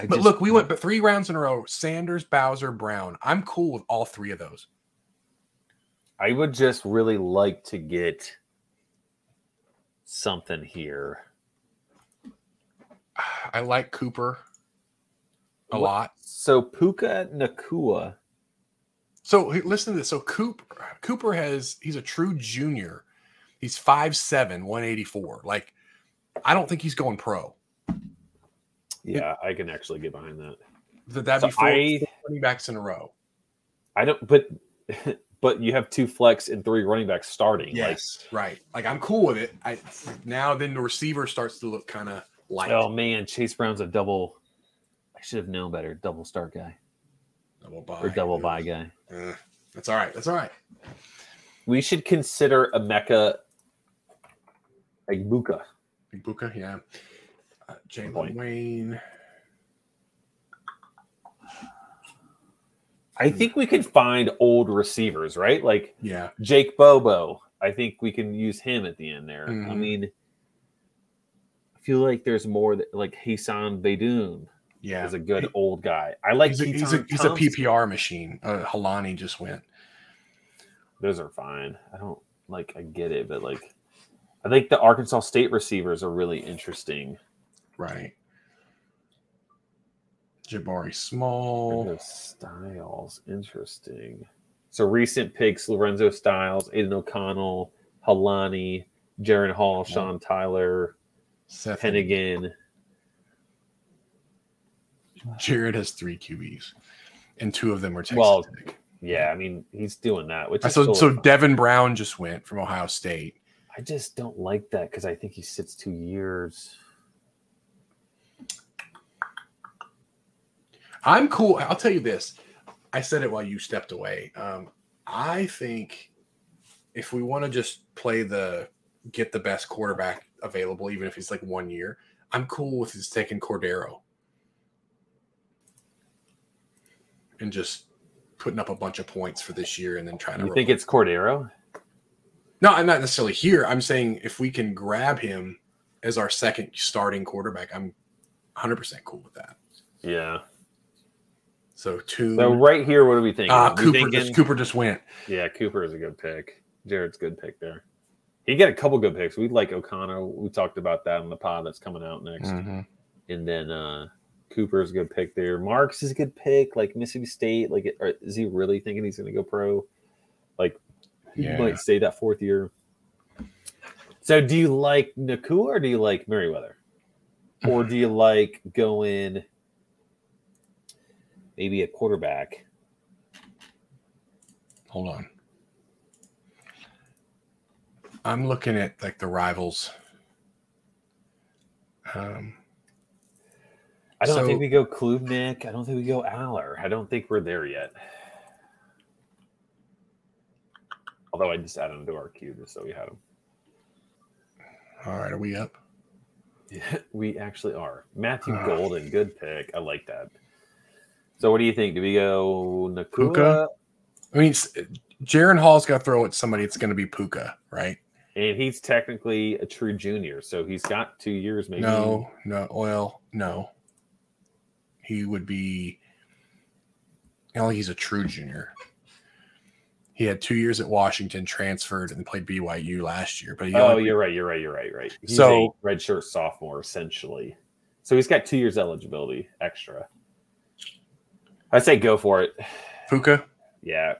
I But just- look, we went but three rounds in a row. Sanders, Bowser, Brown. I'm cool with all three of those. I would just really like to get something here. I like Cooper a What- lot. So Puka Nakua. So hey, listen to this. So Coop Cooper has he's a true junior. He's 5'7, 184. Like I don't think he's going pro. Yeah, I can actually get behind that. That that So be four I- four running backs in a row. I don't, but but you have two flex and three running backs starting. right. Like I'm cool with it. I now then the receiver starts to look kind of light. Like, oh man, Chase Brown's a double. I should have known better. Double start guy double buy. or double buy guy. Eh, that's all right. That's all right. We should consider Emeka Egbuka. Big Buka, yeah. Uh, Jalen point. Wayne. I think we could find old receivers, right? Like Yeah. Jake Bobo. I think we can use him at the end there. I Mhm. mean, I feel like there's more that like Hassan Beydoun Yeah. is a good old guy. I like he's, a, he's, a, Keaton he's a Thompson. PPR machine. Uh, Halani just went. Those are fine. I don't like. I get it, but like, I think the Arkansas State receivers are really interesting. Right. Jabari Lorenzo Small. Styles, interesting. So recent picks: Lorenzo Styles, Aiden O'Connell, Halani, Jaron Hall, Sean Tyler, Seth Hennigan. Jared has three QBs, and two of them are Texas Well, Tech. Yeah, I mean he's doing that. Which I is so, totally so fine. Devin Brown just went from Ohio State. I just don't like that because I think he sits two years. I'm cool. I'll tell you this. I said it while you stepped away. Um, I think if we want to just play the get the best quarterback available, even if he's like one year, I'm cool with his taking Cordero and just putting up a bunch of points for this year and then trying to. You think it's Cordero? No, I'm not necessarily here. I'm saying if we can grab him as our second starting quarterback, I'm 100% cool with that. Yeah. So two. So right here, what are we thinking? Mm-hmm. Ah, We Cooper, thinking- just, Cooper just went. Yeah, Cooper is a good pick. Jared's a good pick there. He got a couple good picks. We like O'Connor. We talked about that on the pod that's coming out next. Mm-hmm. And then uh Cooper's a good pick there. Marks is a good pick. Like Mississippi State. Like, are- is he really thinking he's going to go pro? Like, he Yeah. might stay that fourth year. So, do you like Nakua or do you like Merriweather, or do you like going maybe a quarterback? Hold on. I'm looking at like the rivals. Um, I don't So- think we go Klubnik. I don't think we go Aller. I don't think we're there yet. Although I just added him to our queue just so we had him. All right, are we up? Yeah, we actually are. Matthew Ah. Golden, good pick. I like that. So, what do you think? Do we go Nakua? Puka? I mean, s- Jaron Hall's got to throw at somebody. It's going to be Puka, right? And he's technically a true junior, so he's got two years, maybe. No, no, oil, no. He would be. I don't think he's a true junior. He had two years at Washington, transferred, and played BYU last year. But he Oh, only- you're right. You're right. You're right. Right. He's So- a redshirt sophomore essentially. So he's got two years eligibility extra. I say go for it. Puka. Yeah.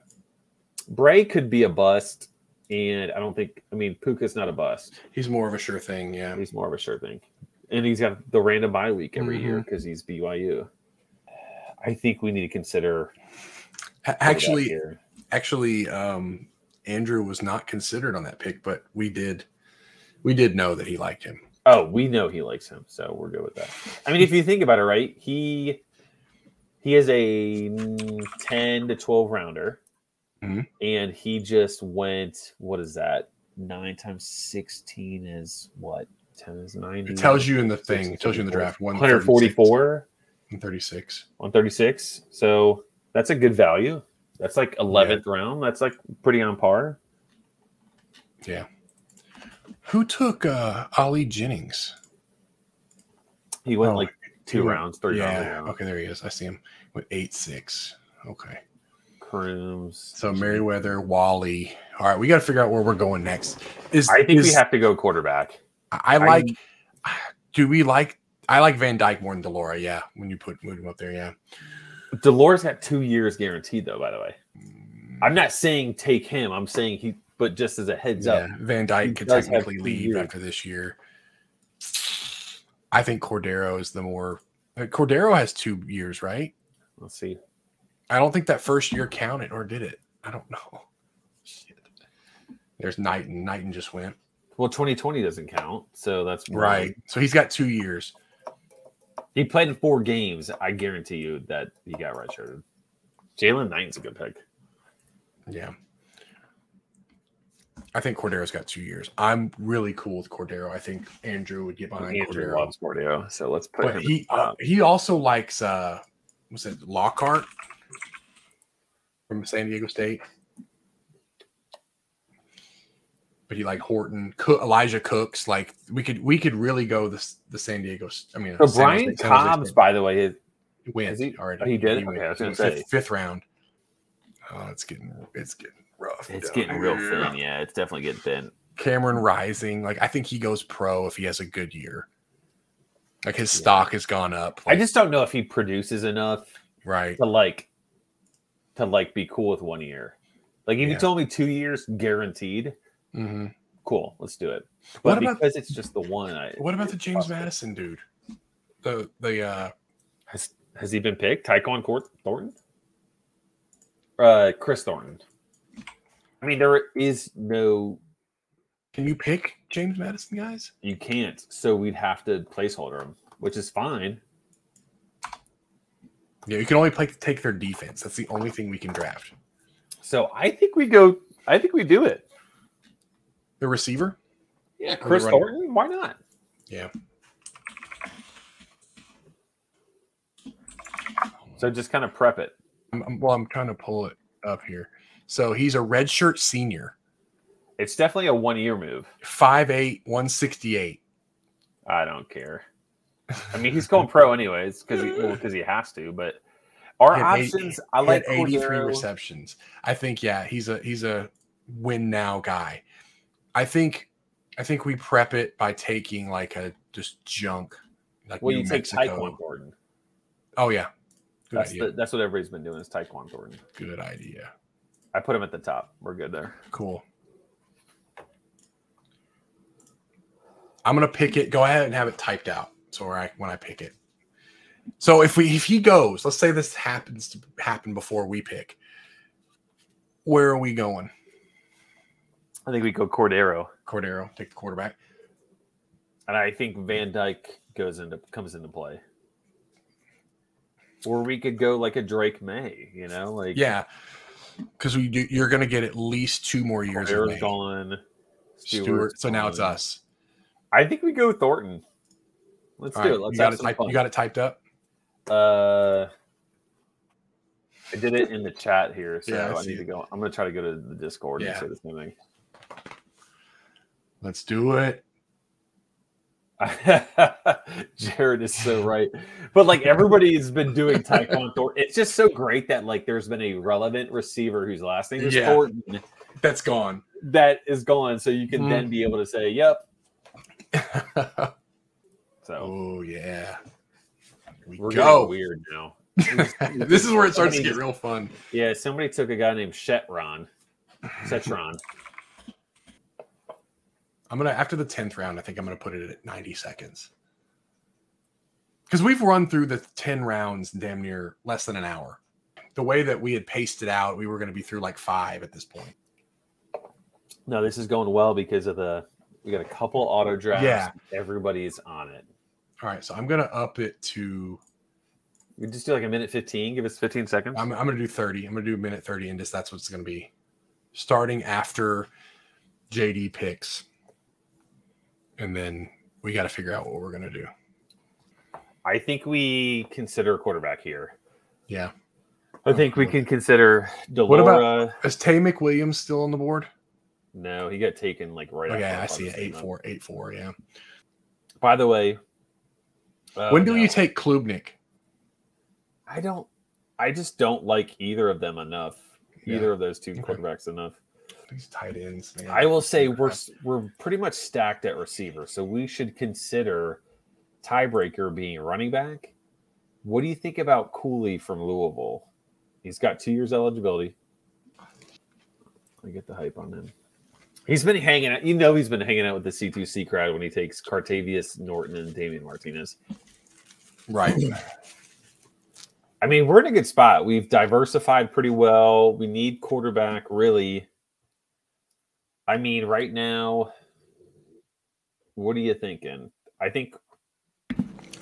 Bray could be a bust, and I don't think. I mean, Puka's not a bust. He's more of a sure thing. Yeah. He's more of a sure thing, and he's got the random bye week Mm-hmm. every year because he's BYU. I think we need to consider A- quarterback Actually, here. actually um andrew was not considered on that pick but we did we did know that he liked him Oh, we know he likes him, so we're good with that. I mean, if you think about it, right? He he is a ten to twelve rounder, Mhm. and he just went. What is that? Nine times sixteen is what? Ten is ninety. it tells you in the thing it tells you in the draft One 136. hundred forty-four, 136 one thirty-six. So that's a good value. That's like eleventh round. That's like pretty on par. who took uh ollie jennings He went Oh, like he two went- rounds, three yeah rounds. okay there he is i see him with eight six okay Crooms. so merriweather wally all right we got to figure out where we're going next is I think we is- have to go quarterback. i I like do we like i like van dyke more than delora yeah when you put move him up there yeah Dolores got two years guaranteed, though. By the way, Mm. I'm not saying take him. I'm saying he, but just as a heads up, Yeah, Van Dyke He could does have technically two leave years. after this year. I think Cordero is the more uh, Cordero has two years, right? let's see. I don't think that first year counted or did it. I don't know. Shit. There's Knighton. Knighton just went. Well, 2020 doesn't count, so that's one. Right. So he's got two years. He played in four games. I guarantee you that he got redshirted. Jalen Knight's a good pick. Yeah. I think Cordero's got two years. I'm really cool with Cordero. I think Andrew would get behind Andrew Cordero. loves Cordero, so let's put But him. he uh, up. he also likes uh was it Lockhart from San Diego State. But he like Horton, Cook, Elijah Cooks. Like we could we could really go this the San Diego. S- I mean, San So Jose- Brian San Jose Cobbs, State by the way, is, went is he- already. oh, he did? went. Okay, I was gonna He went say. fifth, fifth round. Oh, it's getting it's getting rough. it's down getting real here. thin. Yeah, it's definitely getting thin. Cameron Rising. Like I think he goes pro if he has a good year. Like his Yeah. stock has gone up. I Like, just don't know if he produces enough right. to like to like be cool with one year. Like if Yeah. you told me two years guaranteed, hmm cool, let's do it. What But about- because it's just the one, I, What about the it's James possible. Madison dude? The the uh Has, has he been picked? Tyquan Court Thornton, uh, Chris Thornton. I mean, there is no can you pick James Madison guys? you can't, so we'd have to placeholder him, which is fine. Yeah, you can only play, take their defense. That's the only thing we can draft. So I think we go. I think we do it. The receiver? Yeah, the Chris running- Thornton. Why not? Yeah. So just kind of prep it. I'm, I'm- well, I'm trying to pull it up here. So he's a redshirt senior, It's definitely a one-year move. 5'8, 168. I don't care. I mean, he's going pro anyways because he because he has to. But our He had eight- options, I He like had 83 Cordero. receptions. I think yeah, he's a he's a win now guy. I think I think we prep it by taking like a just junk like Well, New you take Mexico. Tyquan Gordon. Oh yeah. Good That's idea. the, that's what everybody's been doing is Tyquan Gordon. Good idea. I put him at the top. We're good there. Cool. I'm gonna pick it. Go ahead and have it typed out. So where I when I pick it. So if we if he goes, let's say this happens to happen before we pick. Where are we going? I think we go Cordero, Cordero, take the quarterback. and I think Van Dyke goes into comes into play. Or we could go like a Drake May, you know, like Yeah, because we do. You're gonna get at least two more years. of Cordero's May. gone. Stewart. Stewart's So now it's gone. us. I think we go Thornton. Let's All do right, it. Let's you, got have it some type, fun. you got it typed up. Uh, I did it in the chat here, so Yeah, I I, see need to it. go. I'm gonna try to go to the Discord Yeah. and say the same thing. Let's do it. Jared is so right, but like everybody's been doing Tyquan Thornton. It's just so great that like there's been a relevant receiver whose last name is Yeah. Thornton That's gone. that is gone, so you can Mhm. then be able to say, "Yep." So oh yeah. Here we we're go. getting weird now. this is where it starts to Somebody get real fun. Yeah, somebody took a guy named Shetron. Shetron. I'm gonna after the tenth round, I think I'm gonna put it at 90 seconds. Because we've run through the 10 rounds in damn near less than an hour. The way that we had paced it out, we were gonna be through like five at this point. No, this is going well because of the we got a couple auto drafts. Yeah. Everybody's on it. All right, so I'm gonna up it to We just do like a minute 15, give us 15 seconds. I'm, I'm gonna do 30. I'm gonna do minute 30 and just that's what's gonna be starting after JD picks. And then we gotta figure out what we're gonna do. I think we consider a quarterback here. Yeah. I think we can consider Delora. What about- Is Tay McWilliams still on the board? No, he got taken like right Oh, after yeah, the I see it. Cardinals Eight game. four, eight four. Yeah. By the way, uh, when do no. you take Klubnik? I don't I just don't like either of them enough. Yeah. Either of those two Okay. quarterbacks enough. These tight ends. man. I will say we're Yeah. we're pretty much stacked at receiver, so we should consider tiebreaker being running back. What do you think about Cooley from Louisville? He's got two years eligibility. I get the hype on him. He's been hanging out. You know, he's been hanging out with the C2C crowd when he takes Cartavius Norton and Damian Martinez. right. I mean, we're in a good spot. We've diversified pretty well. We need quarterback, really. I mean, right now, what are you thinking? I think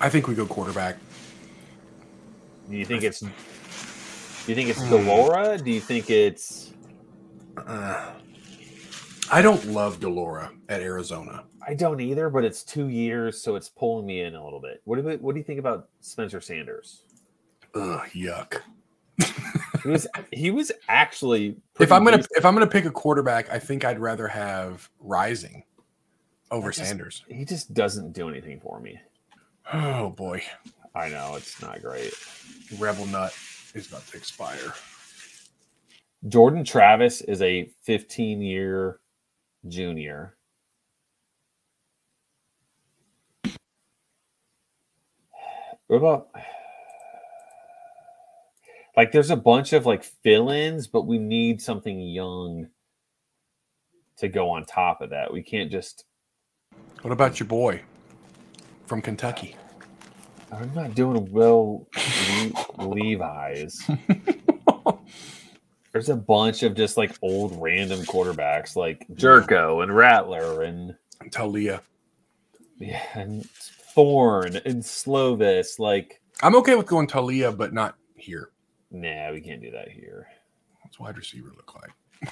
I think we go quarterback. do you think it's do you think it's Hmm. Delora? Do you think it's Uh, I don't love Delora at Arizona. I don't either, but it's two years, so it's pulling me in a little bit. What do we, what do you think about Spencer Sanders? Ugh, yuck. He was he was actually If pretty I'm gonna decent. if I'm gonna pick a quarterback, I think I'd rather have Rising over I just- Sanders. he just doesn't do anything for me. Oh boy, I know it's not great. Rebel Nut is about to expire. Jordan Travis is a 15 year junior. What about like there's a bunch of like fill ins, but we need something young to go on top of that. We can't just, What about your boy from Kentucky? I'm not doing well. Le- Levi's. There's a bunch of just like old random quarterbacks like Jerko and Rattler and Talia. Yeah, and Thorn and Slovis, like, I'm okay with going Talia, but not here. nah, we can't do that here. What's wide receiver look like?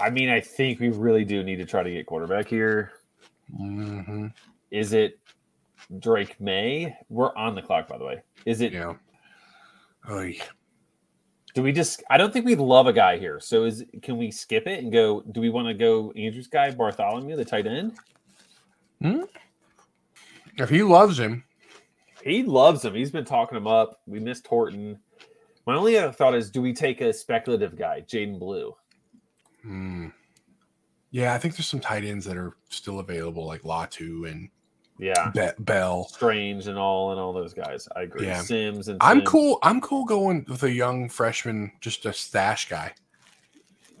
I mean, I think we really do need to try to get quarterback here. Mm-hmm. Is it Drake May? We're on the clock, by the way. Is it? Yeah. Oy. Do we just? I don't think we love a guy here. So is can we skip it and go? Do we want to go Andrews guy Bartholomew, the tight end? If he loves him, He loves him. He's been talking him up. We missed Horton. My only other thought is, do we take a speculative guy, Jaden Blue? Hmm. Yeah, I think there's some tight ends that are still available, like Latu and Yeah, Be- Bell. Strange and all and all those guys. I agree. Yeah. Sims and I'm Sims. cool. I'm cool going with a young freshman, just a stash guy.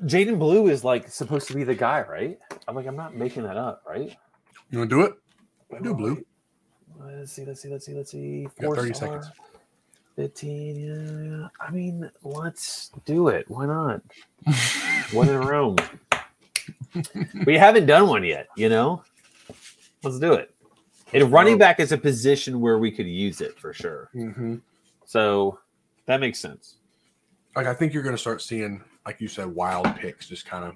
Jaden Blue is like supposed to be the guy, right? I'm like, I'm not making that up, right? You want to do it? Do Blue. Let's see, let's see, let's see, let's see. You got 30 star, seconds. 15. Yeah, yeah. I mean, let's do it. Why not? one in Rome. we haven't done one yet, you know? Let's do it. And running back is a position where we could use it for sure. Mm-hmm. So that makes sense. Like I think you're going to start seeing, like you said, wild picks just kind of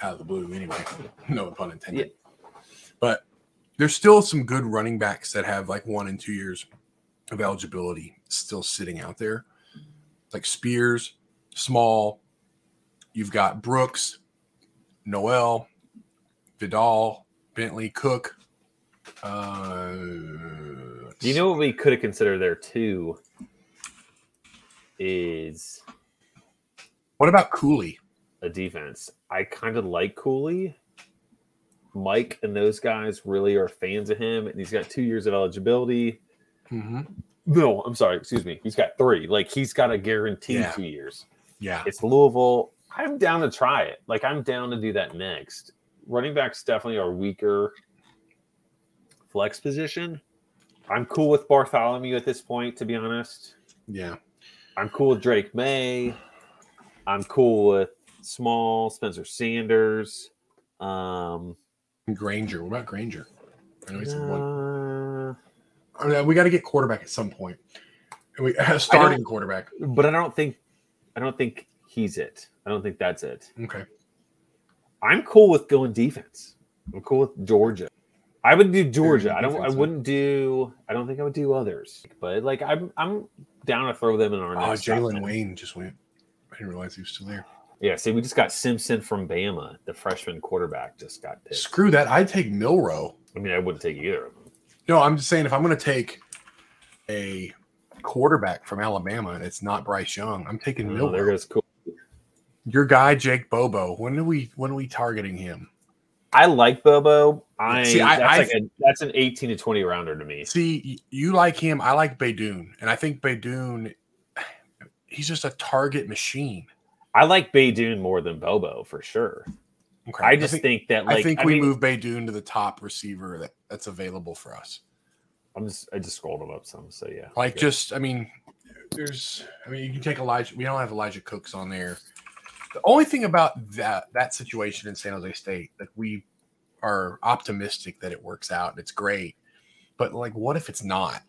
out of the blue. Anyway, no pun intended. But there's still some good running backs that have like one and two years of eligibility still sitting out there, like Spears, Small. You've got Brooks, Noel, Vidal, Bentley, Cook. Uh, You know what we could have considered there too is what about Cooley? a defense. I kind of like Cooley. Mike and those guys really are fans of him, and he's got two years of eligibility. Mm-hmm. No, I'm sorry, excuse me. He's got three. Like he's got a guaranteed Yeah. two years. Yeah, It's Louisville. I'm down to try it. Like I'm down to do that next. Running backs definitely are weaker flex position. I'm cool with Bartholomew at this point, to be honest. yeah, I'm cool with Drake May. I'm cool with Small, Spencer Sanders. Um, Granger. What about Granger? I know he's in one. uh, I mean, oh, we got to get quarterback at some point. We a starting quarterback. but I don't think I don't think he's it. I don't think that's it. Okay. I'm cool with going defense. I'm cool with Georgia. I would do Georgia. I don't. I defensive. wouldn't do. I don't think I would do others. But like, I'm I'm down to throw them in our Oh, next. top Jalen ten. Wayne just went. I didn't realize he was still there. Yeah. See, we just got Simpson from Bama, the freshman quarterback, just got picked. Screw that. I'd take Milrow. I mean, I wouldn't take either of them. No, I'm just saying if I'm going to take a quarterback from Alabama and it's not Bryce Young, I'm taking No, Milrow. there goes cool. Your guy Jake Bobo. When are we when are we targeting him? I like Bobo. I, See, I- that's I- like a, that's an eighteen to twenty rounder to me. See, y- you like him. I like Baydun, and I think Baydun. He's just a target machine. I like Baydoun more than Bobo for sure. Okay, I just think, think, that like I think we mean, move Baydun to the top receiver that, that's available for us. I'm just I just scrolled him up some. So yeah, Like Okay. just, I mean, there's, I mean, you can take Elijah. We don't have Elijah Cooks on there. The only thing about that that situation in San Jose State that we are optimistic that it works out and it's great, but like, what if it's not?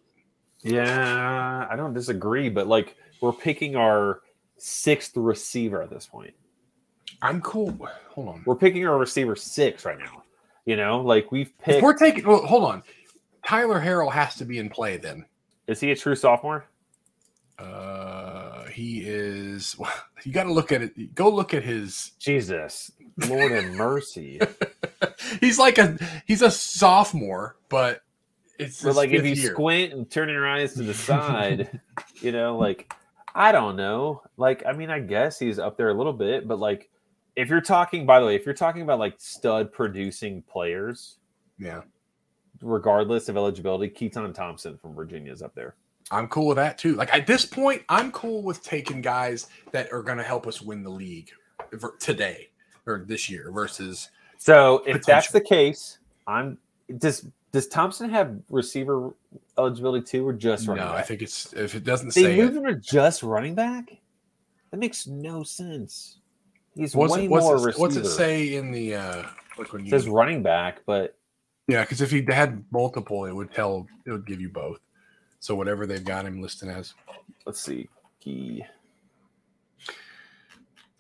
Yeah, I don't disagree, but like we're picking our sixth receiver at this point. I'm cool. Hold on. We're picking our receiver six right now. You know, like we've If picked. we're taking, well, hold on. Tyler Harrell has to be in play then. Is he a true sophomore? Uh, he is. You got to look at it. Go look at his. Jesus, Lord have mercy. He's like a. He's a sophomore, but it's But his like if you fifth year. squint and turn your eyes to the side, you know, like I don't know. Like I mean, I guess he's up there a little bit, but like if you're talking, by the way, if you're talking about like stud producing players, Yeah, regardless of eligibility, Keaton Thompson from Virginia is up there. I'm cool with that too. Like at this point, I'm cool with taking guys that are going to help us win the league ver- today or this year versus. So if that's Potential. the case, I'm does does Thompson have receiver eligibility too, or just running no, back? I think it's if it doesn't they say moved it, him to just running back. That makes no sense. He's what's, way it, what's, more it, receiver. what's it say in the uh, like when It you says running back, but Yeah, because if he had multiple, it would tell it would give you both. So whatever they've got him listed as. let's see. He,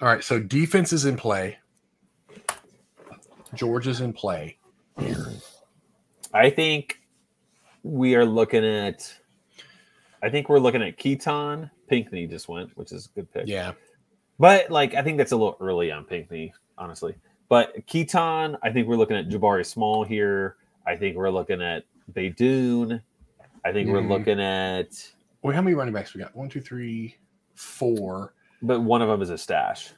All right, so defense is in play. George is in play. I think we are looking at. I think we're looking at Keaton. Pinkney just went, which is a good pick. Yeah. But like, I think that's a little early on Pinkney, honestly. But Keaton, I think we're looking at Jabari Small here. I think we're looking at Baydoun. I think Mhm. we're looking at, Wait, how many running backs we got? One, two, three, four. but one of them is a stash,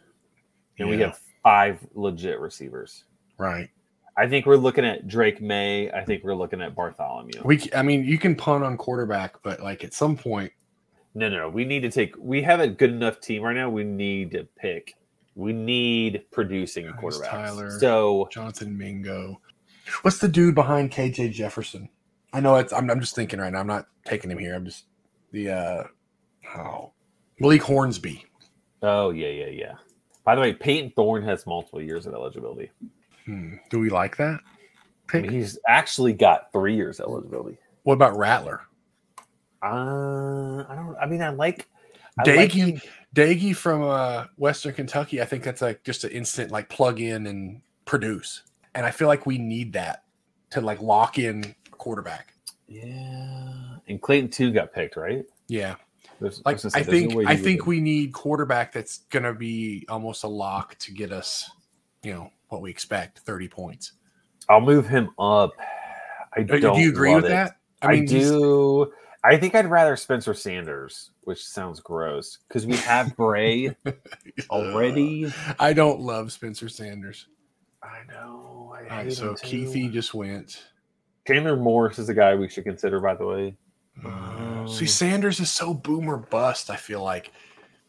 and we Yeah, have five legit receivers. right. I think we're looking at Drake May. I think we're looking at Bartholomew. We, c- I mean, you can punt on quarterback, but like at some point, No, no, no. We need to take. We have a good enough team right now. We need to pick. We need producing Guys, quarterbacks. Tyler. So Jonathan Mingo. What's the dude behind KJ Jefferson? I know it's. I'm, I'm just thinking right now. I'm not taking him here. I'm just the uh, oh, Malik Hornsby. Oh yeah, yeah, yeah. By the way, Peyton Thorne has multiple years of eligibility. Hmm. Do we like that? I Pick? mean, he's actually got three years eligibility. What about Rattler? Uh, I don't. I mean, I like. I like Daggy, Daggy from uh, Western Kentucky. I think that's like just an instant like plug in and produce. And I feel like we need that to like lock in a quarterback. Yeah. And Clayton too got picked, right? Yeah. There's- Like was gonna say, I there's no think way you I would- think we need quarterback that's gonna be almost a lock to get us, you know, what we expect, 30 points. I'll move him up. I Uh, Do don't do you agree love with it. that? I, he's- do. I think I'd rather Spencer Sanders, which sounds gross, because we have Bray already. uh, I don't love Spencer Sanders. I know. I All right, hate so him too. Keithy just went. Chandler Morris is a guy we should consider, by the way. Uh, Oh. See, Sanders is so boomer bust. I feel like,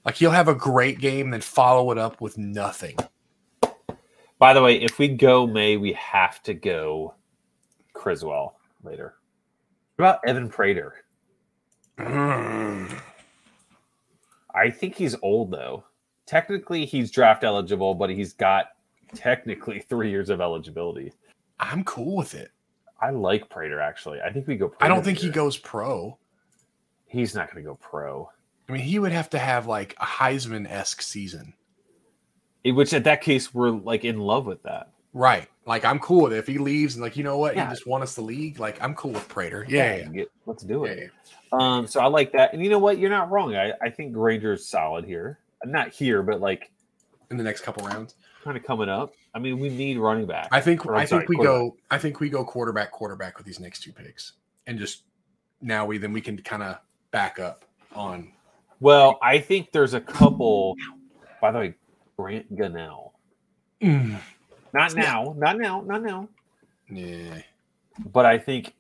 like he'll have a great game, then follow it up with nothing. By the way, if we go May, we have to go Criswell later. What about Evan Prater? Mm. I think he's old though. Technically, he's draft eligible, but he's got technically three years of eligibility. I'm cool with it. I like Prater actually. I think we go. Prater I don't think he here. goes pro. He's not going to go pro. I mean, he would have to have like a Heisman esque season, In which, at that case, we're like in love with that. right? Like, I'm cool with it. If he leaves and like, you know what, Yeah. he just won us the league. Like, I'm cool with Prater. Yeah, yeah, Get- let's do yeah. it. Um, so I like that. And you know what? You're not wrong. I, I think Granger's solid here. Not here, but like In the next couple rounds, kind of coming up. I mean, we need running back. I think Or, I'm I sorry, think we go. I think we go quarterback, quarterback with these next two picks, and just now we then we can kind of back up on Well, I think there's a couple. By the way, Grant Gunnell. Mm. Not Yeah. now. Not now. Not now. Yeah. But I think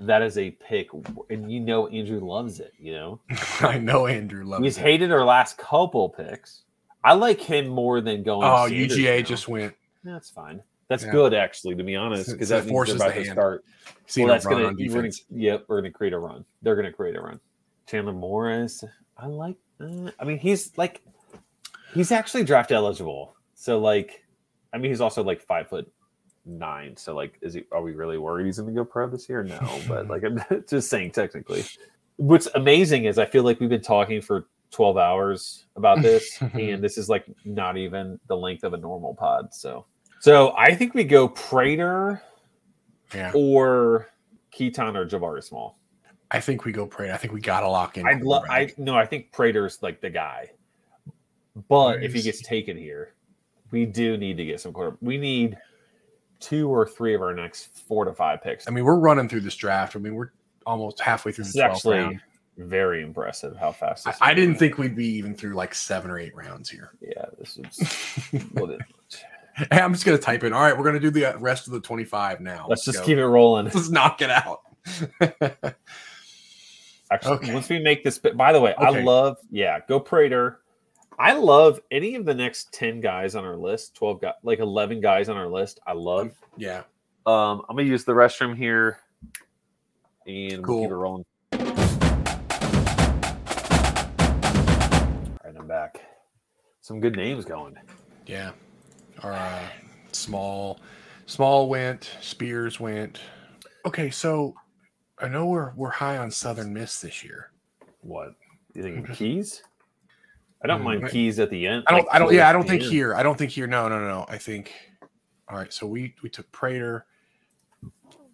that is a pick, and you know Andrew loves it. You know I know Andrew loves he's it. hated our last couple picks. I like him more than going. Oh, Sanders UGA now. just went. that's fine. That's Yeah. good actually, to be honest, So- because so it that forces forces about the to hand. start. See well, that's run gonna, on you're gonna. defense. Yep, we're gonna create a run. They're gonna create a run. Chandler Morris. I like. Uh, I mean, he's like, he's actually draft eligible. So like, I mean, he's also like five foot nine. So like, is he? Are we really worried he's gonna go pro this year? No, but like, I'm just saying technically. What's amazing is I feel like we've been talking for 12 hours about this, Mm-hmm. and this is like not even the length of a normal pod. So, so I think we go Prater Yeah. or Keaton or Jabari Small. I think we go Prater. I think we gotta lock in. I'd love. I quarterback. no. I think Prater's like the guy, but Where if he is gets taken here, we do need to get some quarter. We need two or three of our next four to five picks. I mean, we're running through this draft. I mean, we're almost halfway through this the is 12th actually round. very impressive how fast. I, This I didn't think we'd be even through like seven or eight rounds here. Yeah, this is. well, then, I'm just gonna type in. All right, we're gonna do the rest of the 25 now. Let's just go. keep it rolling. Let's knock it out. Actually, Okay. once we make this, but by the way, I Okay. love, yeah, go Prater. I love any of the next 10 guys on our list, 12 guys, like 11 guys on our list. I love. yeah. Um, I'm going to use the restroom here and we'll keep Cool. it rolling. All right, I'm back. Some good names going. Yeah. Or uh, small, small went. Spears went. Okay, so I know we're we're high on Southern Miss this year. What? You think keys? I don't Mm, mind I- keys at the end. I don't. like, I don't. towards Yeah, I don't the think end. here. I don't think here. No, no, no. no. I think. All right. So we we took Prater.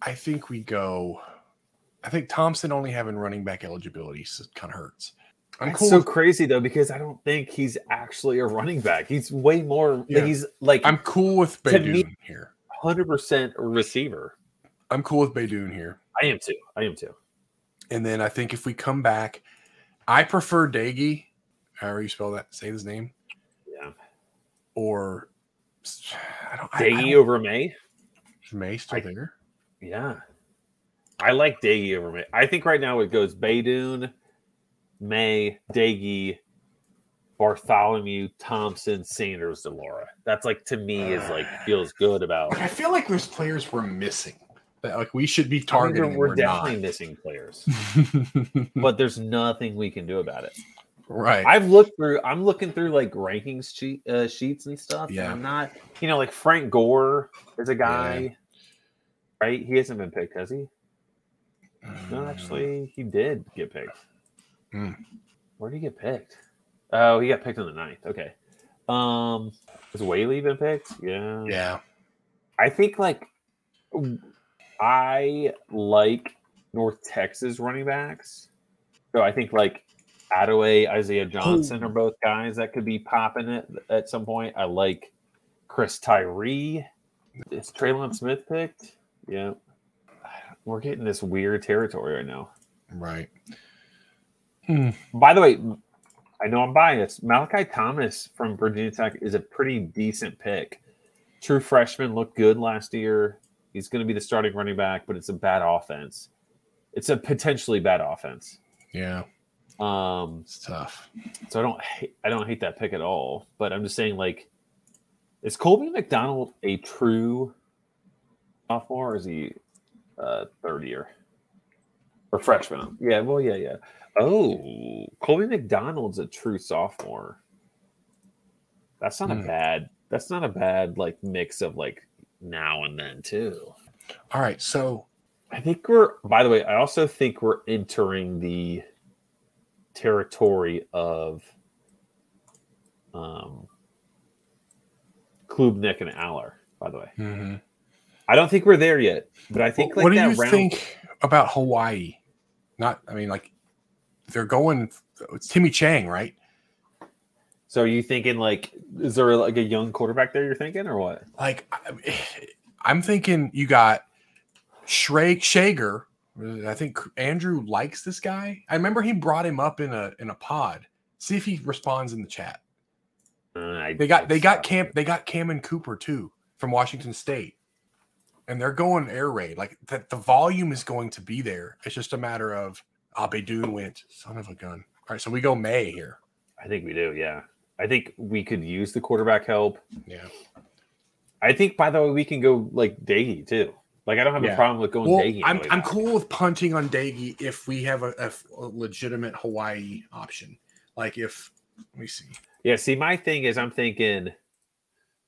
I think we go. I think Thompson only having running back eligibility kind of hurts. I'm That's cool. so with, crazy though because I don't think he's actually a running back. He's way more. Yeah. He's like I'm cool with To me- Baydoun here. hundred percent receiver. I'm cool with Baydoun here. I am too. I am too. And then I think if we come back, I prefer Daggy, however you spell that, say his name, Yeah, or I don't. I- I Daggy don't- over May. is May still I- there? Yeah, I like Daggy over May. I think right now it goes Baydoun, May, Daggy, Bartholomew, Thompson, Sanders, Delora. That's like to me is like feels good about. Like, I feel like there's players we're missing that like we should be I mean, targeting. and We're, we're definitely not. missing players, but there's nothing we can do about it. right. I've looked through. I'm looking through like rankings sheet, uh, sheets and stuff. Yeah, Yeah. I'm not. You know, like Frank Gore is a guy, right? He hasn't been picked, has he? Mm-hmm. No, actually, he did get picked. Uh, Hmm. Where did he get picked? Oh, he got picked on the ninth. Okay. Um, has Whaley been picked? Yeah. Yeah. I think like I like North Texas running backs. So I think like Attaway, Isaiah Johnson are both guys that could be popping it at some point. I like Chris Tyree. Is Traylon Smith picked? Yeah. We're getting this weird territory right now. Right. By the way, I know I'm biased. Malachi Thomas from Virginia Tech is a pretty decent pick. True freshman looked good last year. He's going to be the starting running back, but it's a bad offense. It's a potentially bad offense. Yeah. Um, It's tough. so I don't hate, I don't hate that pick at all. But I'm just saying, like, is Colby McDonald a true sophomore? Or is he uh, third year or freshman? Yeah. Well, yeah, yeah. Oh, Colby McDonald's a true sophomore. That's not Hmm. a bad. That's not a bad like mix of like now and then too. All right. So I think we're. By the way, I also think we're entering the territory of um, Klubnik and Aller. By the way, mhm. I don't think we're there yet, but I think what, like do that you round. think about Hawaii? Not, I mean, like they're going, it's Timmy Chang, right? So are you thinking like, is there like a young quarterback there? You're thinking or what? Like I, I'm thinking you got Shrek Shager. I think Andrew likes this guy. I remember he brought him up in a in a pod. See if he responds in the chat. Uh, I- They got I they got stopped. Cam they got Cam and Cooper too from Washington State, and they're going air raid. Like that, the volume is going to be there. It's just a matter of Abedoun went son of a gun. All right, so we go May here. I think we do. Yeah, I think we could use the quarterback help. Yeah. I think by the way we can go like Daggy too. Like I don't have Yeah. a problem with going Well, Daggy. I'm anyway. I'm cool with punting on Daigie if we have a, a f- a legitimate Hawaii option. Like if let me see. Yeah, see, my thing is, I'm thinking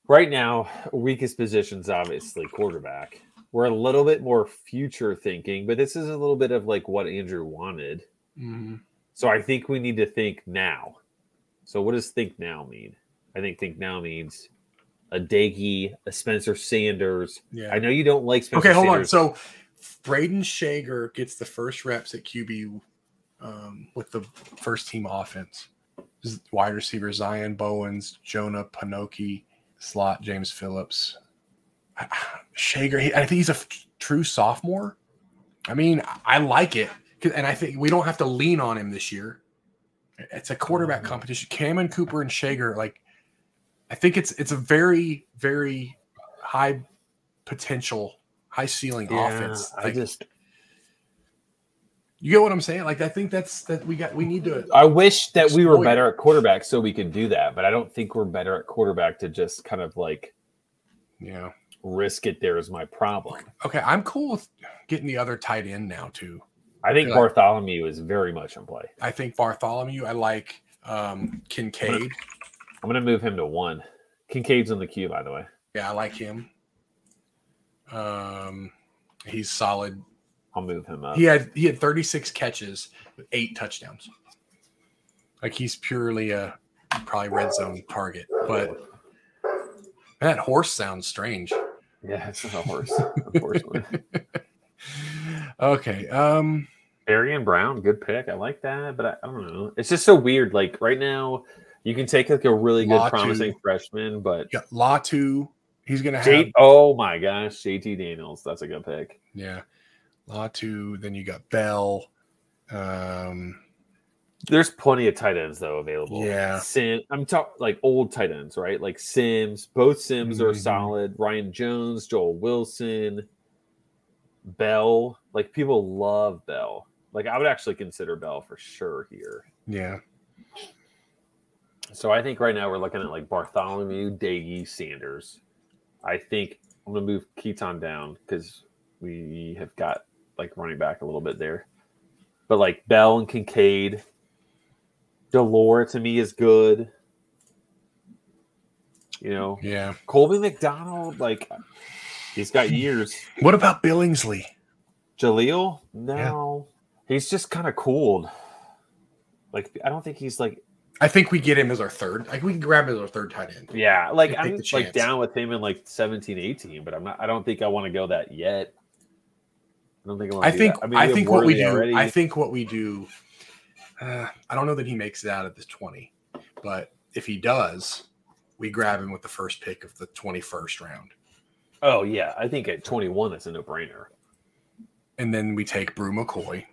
right now, weakest positions obviously quarterback. We're a little bit more future thinking, but this is a little bit of like what Andrew wanted. Mhm. So I think we need to think now. So what does think now mean? I think think now means a Daggy, a Spencer Sanders. Yeah. I know you don't like Spencer Okay, hold on. Sanders. So Braden Shager gets the first reps at QB um, with the first team offense. Z- Wide receiver Zion Bowens, Jonah Panoki, slot James Phillips. Shager, he, I think he's a f- true sophomore. I mean, I- I like it. 'Cause- And I think we don't have to lean on him this year. It's a quarterback competition. Cameron Cooper and Shager, like, I think it's it's a very, very high potential, high ceiling Yeah, offense. I Like, just you get what I'm saying? Like I think that's that we got we need to I wish that we were Exploit it. better at quarterback so we could do that, but I don't think we're better at quarterback to just kind of like yeah. risk it there is my problem. Okay, I'm cool with getting the other tight end now too. I think Yeah. Bartholomew is very much in play. I think Bartholomew, I like um Kincaid. I'm going to move him to one. Kincaid's in the queue, by the way. Yeah, I like him. Um he's solid. I'll move him up. He had he had 36 catches with eight touchdowns. Like he's purely a probably red zone target, but that horse sounds strange. Yeah, it's not a horse, unfortunately. Okay. Um Barry and Brown, good pick. I like that, but I, I don't know. It's just so weird. Like right now, you can take like a really good, Latu. promising freshman, but yeah, Latu, he's going to have J- oh my gosh, JT Daniels, that's a good pick. Yeah. Latu, then you got Bell. Um There's plenty of tight ends though available. Yeah. Sim. I'm talking like old tight ends, right? Like Sims. Both Sims are Mhm. solid. Ryan Jones, Joel Wilson, Bell. Like people love Bell. Like I would actually consider Bell for sure here. yeah. So I think right now we're looking at like Bartholomew, Daggy, Sanders. I think I'm gonna move Keaton down because we have got like running back a little bit there. But like Bell and Kincaid, Delore to me is good. You know, Yeah. Colby McDonald, like he's got years. What about Billingsley? Jaleel? No. He's just kind of cooled. Like I don't think he's like I think we get him as our third. Like we can grab him as our third tight end. Yeah, like Take I'm the like chance. down with him in like 17, 18, but I'm not. I don't think I want to go that yet. I don't think I, I think I, I, mean, we have think what we Worley do. already. I think what we do. Uh, I don't know that he makes it out of the twenty, but if he does, we grab him with the first pick of the twenty-first round, oh yeah, I think at 21 that's a no-brainer. and then we take Brew McCoy,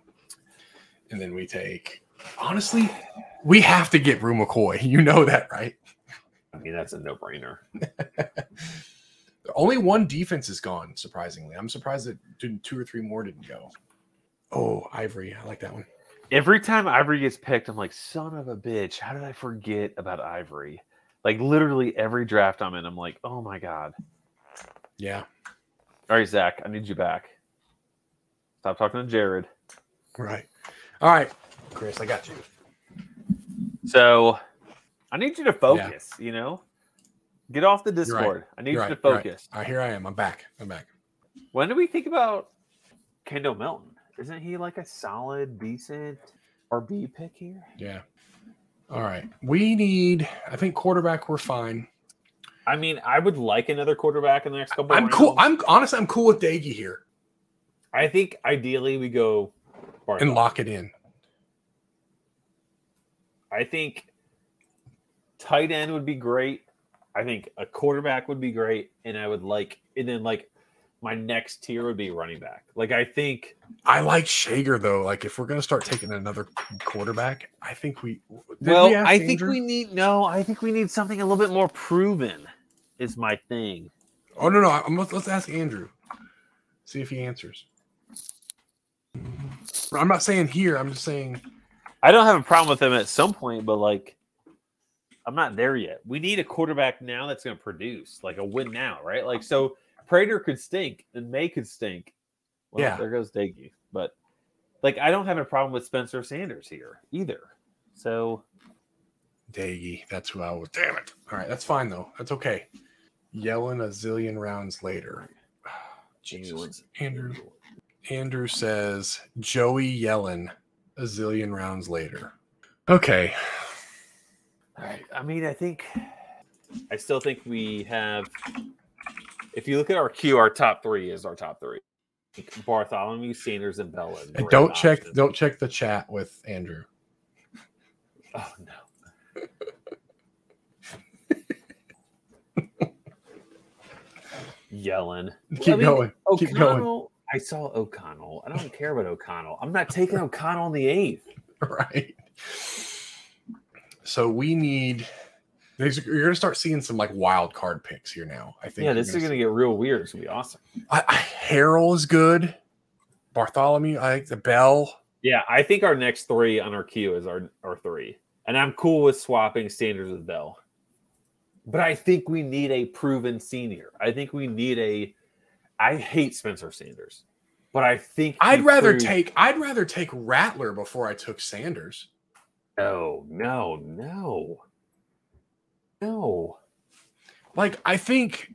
and then we take. Honestly, we have to get Brew McCoy. You know that, right? I mean, that's a no-brainer. Only one defense is gone. Surprisingly, I'm surprised that two two or three more didn't go. Oh, Ivory, I like that one. Every time Ivory gets picked, I'm like, son of a bitch, how did I forget about Ivory? Like literally every draft I'm in, I'm like, oh my god. Yeah, All right, Zach, I need you back. Stop talking to Jared. right. All right, Chris, I got you. So I need you to focus, you know? Get off the right. Discord. I need You're you to right, you're right. focus. All right, Uh, here I am. I'm back. I'm back. When do we think about Kendall Melton? Isn't he like a solid, decent RB pick here? Yeah. All right. We need. I think quarterback. We're fine. I mean, I would like another quarterback in the next couple. I'm rounds. cool. I'm honestly. I'm cool with Daggy here I think ideally we go. Barlow. and lock it in. I think tight end would be great. I think a quarterback would be great, and I would like, and then like my next tier would be running back. Like I think I like Shager though. Like if we're gonna start taking another quarterback, I think we. did we well, ask I think Andrew? we need no. I think we need something a little bit more proven. Is my thing. Oh no no. I'm, let's, let's ask Andrew. See if he answers. I'm not saying here. I'm just saying. I don't have a problem with him at some point, but like, I'm not there yet. we need a quarterback now that's going to produce like a win now, right? Like so, Prater could stink and May could stink. Well, Yeah. there goes Daggy. But like, I don't have a problem with Spencer Sanders here either. So Daggy. That's who I was. Damn it. All right. That's fine though. That's okay. Yelling a zillion rounds later. Jesus. Andrew. Andrew says Joey Yellen a zillion rounds later. Okay. All right. I mean, I think I still think we have. If you look at our queue, our top three is our top three: Bartholomew, Sanders, and Bell. is And great Uh, don't check options. don't check the chat with Andrew. Oh no. Yelling. Keep going. Keep going. O'Connell- I saw O'Connell. I don't care about O'Connell. I'm not taking O'Connell in the eighth. Right. So we need these are- you're gonna start seeing some like wild card picks here now. I think yeah, you're this is gonna going to get real weird. It's going to be awesome. see- I, I, Harrell is good. Bartholomew, I like the Bell. Yeah, I think our next three on our queue is our, our three. And I'm cool with swapping Sanders with Bell. But I think we need a proven senior. I think we need a. I hate Spencer Sanders, but I think he I'd rather proved- take I'd rather take Rattler before I took Sanders. No, no, no, no. Like I think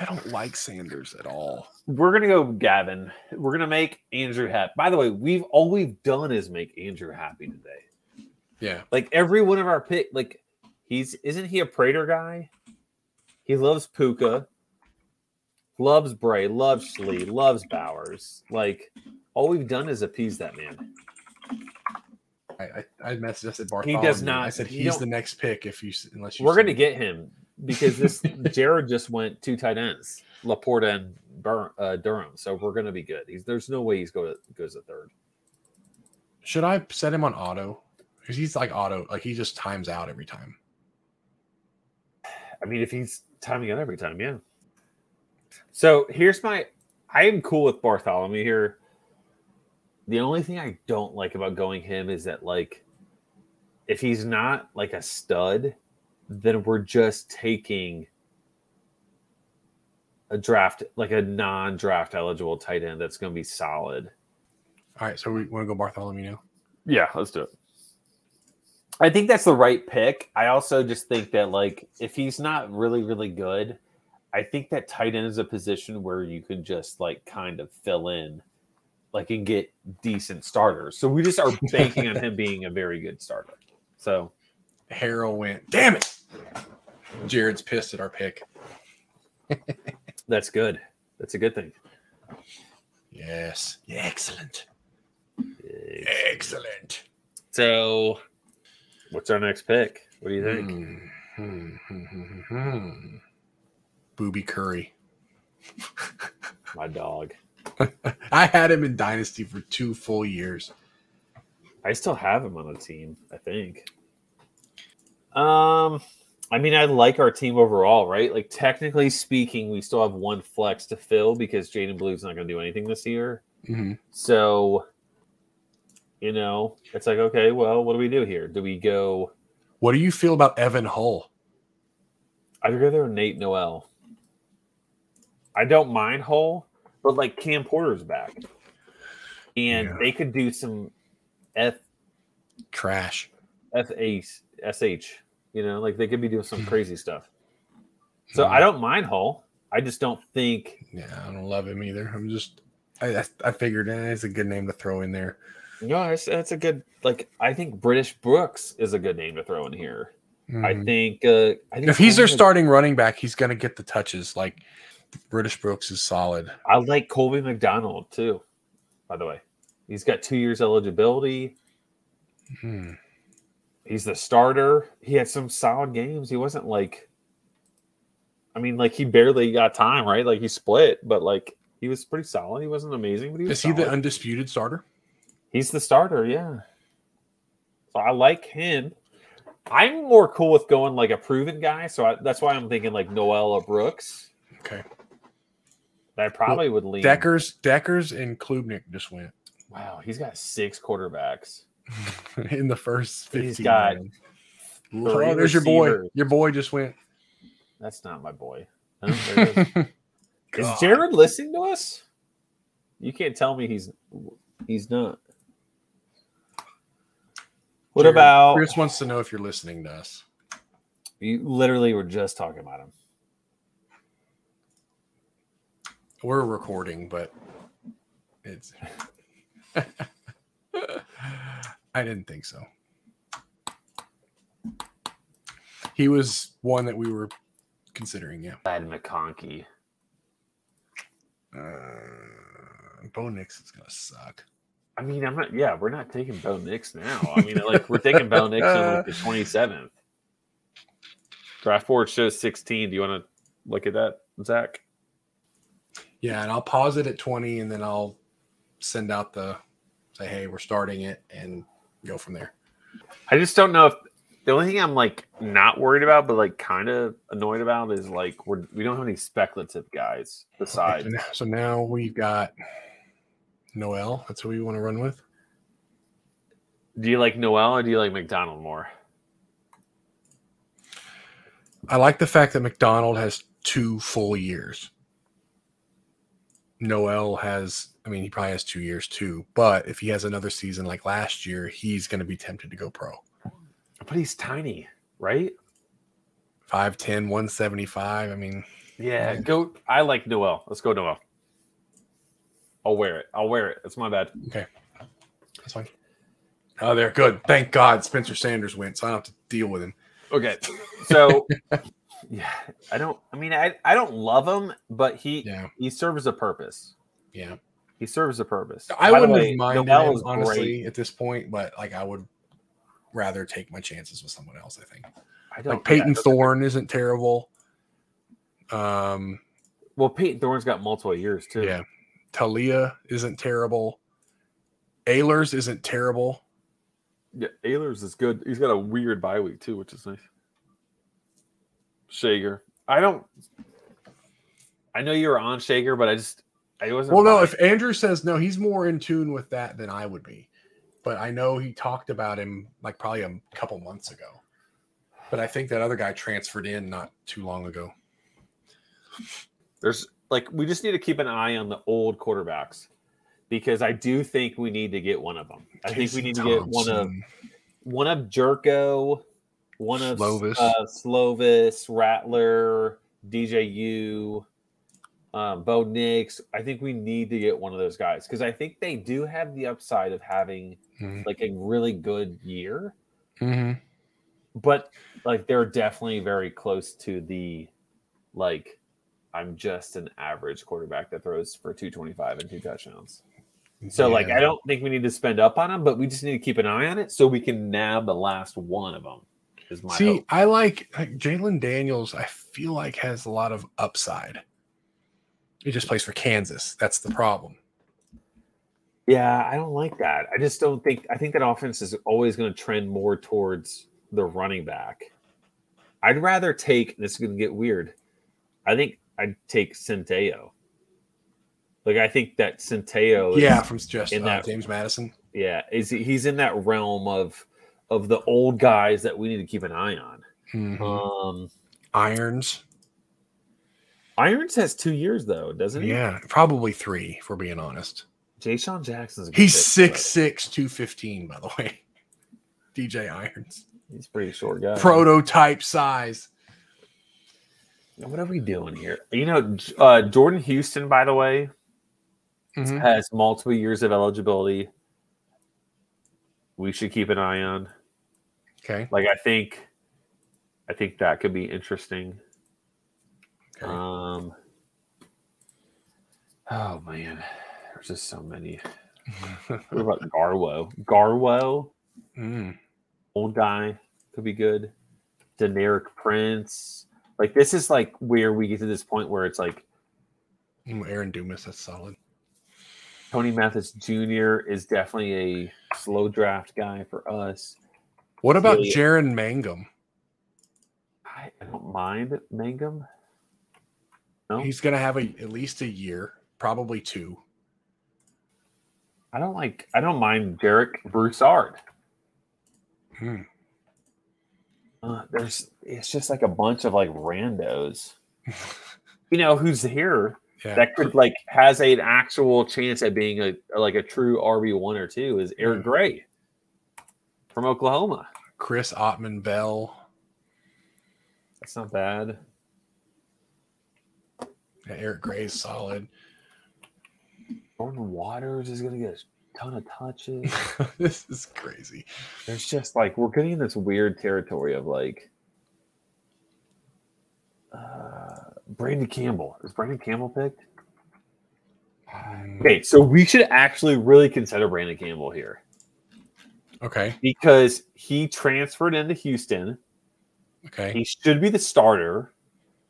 I don't like Sanders at all. We're gonna go Gavin. We're gonna make Andrew happy. By the way, we've all we've done is make Andrew happy today. Yeah. Like every one of our pick, like he's isn't he a Prater guy? He loves Puka, loves Bray, loves Schley, loves Bowers. Like all we've done is appease that man. I, I, I messaged I said Bartholomew. not- I said you he's don't- the next pick if you s- unless you We're say- gonna get him because this Jared just went two tight ends, Laporta and Bur- uh, Durham. So we're gonna be good. He's there's no way he's go to, goes a third. Should I set him on auto? Because he's like auto, like he just times out every time. I mean, if he's timing out every time, yeah. So here's my I am cool with Bartholomew here. The only thing I don't like about going him is that like if he's not like a stud, then we're just taking a draft like a non-draft eligible tight end that's going to be solid. All right, so we want to go Bartholomew now. Yeah, let's do it. I think that's the right pick. I also just think that like if he's not really really good, I think that tight end is a position where you can just like kind of fill in like and get decent starters. So we just are banking on him being a very good starter. So Harrell went. Damn it! Jared's pissed at our pick. that's good. That's a good thing. Yes. Excellent. Excellent. So, what's our next pick? What do you think? Mm, hmm, hmm, hmm, hmm, hmm. Booby Curry. My dog. I had him in Dynasty for two full years. I still have him on the team, I think. Um, I mean, I like our team overall, right? Like, technically speaking, we still have one flex to fill because Jaden Blue's not going to do anything this year. Mhm. So, you know, it's like, okay, well, what do we do here? Do we go? What do you feel about Evan Hull? I'd rather Nate Noel. I don't mind Hull, but like Cam Porter's back, and Yeah. they could do some f Trash. f a s h. You know, like they could be doing some Hmm. crazy stuff. So I don't mind Hull. I just don't think Yeah, I don't love him either. I'm just, I, I, I figured eh, it's a good name to throw in there. No, that's, that's a good. Like, I think British Brooks is a good name to throw in here. I Mhm. think. Uh, I think if he's their Colby- starting running back, he's going to get the touches. Like British Brooks is solid. I like Colby McDonald too. By the way, he's got two years eligibility. Hmm. He's the starter. He had some solid games. He wasn't like. I mean, like he barely got time, right? Like he split, but like he was pretty solid. He wasn't amazing, but he was Is he the solid. undisputed starter? He's the starter, yeah. So I like him. I'm more cool with going like a proven guy, so I, that's why I'm thinking like Noel or Brooks. Okay. I probably would lean. Deckers, Deckers, and Klubnik just went Wow, he's got six quarterbacks. in the first fifteen. He's got rounds. three Oh, there's your boy. receivers. Your boy just went. That's not my boy. Oh, there it is. is God. Jared listening to us? You can't tell me he's he's not. What Jared, about Chris wants to know if you're listening to us. you? Literally, were just talking about him. We're recording, but it's. I didn't think so. He was one that we were considering. Yeah. Vlad McConkey. Uh, Bo Nix is gonna suck. I mean, I'm not. Yeah, we're not taking Bo Nix now. I mean, like we're taking Bo Nix on like, the 27th. Draft board shows 16. Do you want to look at that, Zach? Yeah, and I'll pause it at twenty, and then I'll send out the say, "Hey, we're starting it," and go from there. I just don't know if the only thing I'm like not worried about, but like kind of annoyed about is like we're we don't have any speculative guys besides. So now- So now we've got Noel. That's who we want to run with. Do you like Noel or do you like McDonald more? I like the fact that McDonald has two full years. Noel has, I mean, he probably has two years too, but if he has another season like last year, he's going to be tempted to go pro. But he's tiny, right? 5'10, 175. I mean, Yeah, go. I like Noel. Let's go Noel. I'll wear it. I'll wear it. That's my bad. that's fine. Oh, they're good. Thank God Spencer Sanders went, so I don't have to deal with him. Okay, so yeah, I don't. I mean, I I don't love him, but he Yeah. he serves a purpose. Yeah. He serves a purpose. I By the wouldn't way, have minded Noel him, is honestly, great. at this point, but like I would rather take my chances with someone else, I think. I don't, Like Peyton yeah, Thorne isn't terrible. Um, Well, Peyton Thorne's got multiple years too. Yeah. Talia isn't terrible. Ehlers isn't terrible. yeah. Ehlers is good. He's got a weird bye week too, which is nice. Shager, I don't. I know you were on Shager, but I just I wasn't. Well, no, buying- if Andrew says no, he's more in tune with that than I would be. But I know he talked about him like probably a couple months ago. But I think that other guy transferred in not too long ago. There's like we just need to keep an eye on the old quarterbacks because I do think we need to get one of them. I think Casey we need to get one of Thompson. one of Jerko, one of Slovis. uh, Slovis, Rattler, DJU, um, Bo Nix. I think we need to get one of those guys because I think they do have the upside of having Mhm. like a really good year, Mhm. but like they're definitely very close to the like I'm just an average quarterback that throws for 225 and two touchdowns. So, like, Yeah. I don't think we need to spend up on him, but we just need to keep an eye on it so we can nab the last one of them. Is my See, hope. I like, like Jalen Daniels. I feel like has a lot of upside. He just plays for Kansas. That's the problem. Yeah, I don't like that. I just don't think. I think that offense is always going to trend more towards the running back. I'd rather take. This is going to get weird. I think I'd take Centeo. Like I think that Centeo. Is, yeah, from just in uh, that- James Madison. yeah. Is he- he's in that realm of of the old guys that we need to keep an eye on. Mhm. Um Irons. Irons has two years though, doesn't he? Yeah, probably three. If we're being honest, Jay Sean Jackson's. a good he's fit, six six two fifteen. By the way, DJ Irons, but He's a pretty short guy. prototype size. What are we doing here? You know, uh, Jordan Houston, by the way, Mhm. has multiple years of eligibility. We should keep an eye on. Okay. Like, I think, I think that could be interesting. okay. Um. Oh man, there's just so many. What about Garwo? Garwo, Mm. old guy, could be good. Generic Prince. Like this is like where we get to this point where it's like Mm, Aaron Dumas, that's solid. Tony Mathis Jr. is definitely a slow draft guy for us. What about Yeah. Jaron Mangum? I, I don't mind Mangum. No, He's going to have a, at least a year, probably two. I don't like. I don't mind Derek Broussard. Hmm. Uh, there's. It's just like a bunch of like randos. you know who's here Yeah. that could like has an actual chance at being a like a true RB one or two is Eric Gray from Oklahoma. Chris Ottman Bell. That's not bad. Yeah, Eric Gray's solid. Jordan Waters is gonna get a ton of touches. this is crazy. There's just like we're getting in this weird territory of like uh Brandon Campbell. Is Brandon Campbell picked? Okay, so we should actually really consider Brandon Campbell here Okay. because he transferred into Houston. Okay. He should be the starter.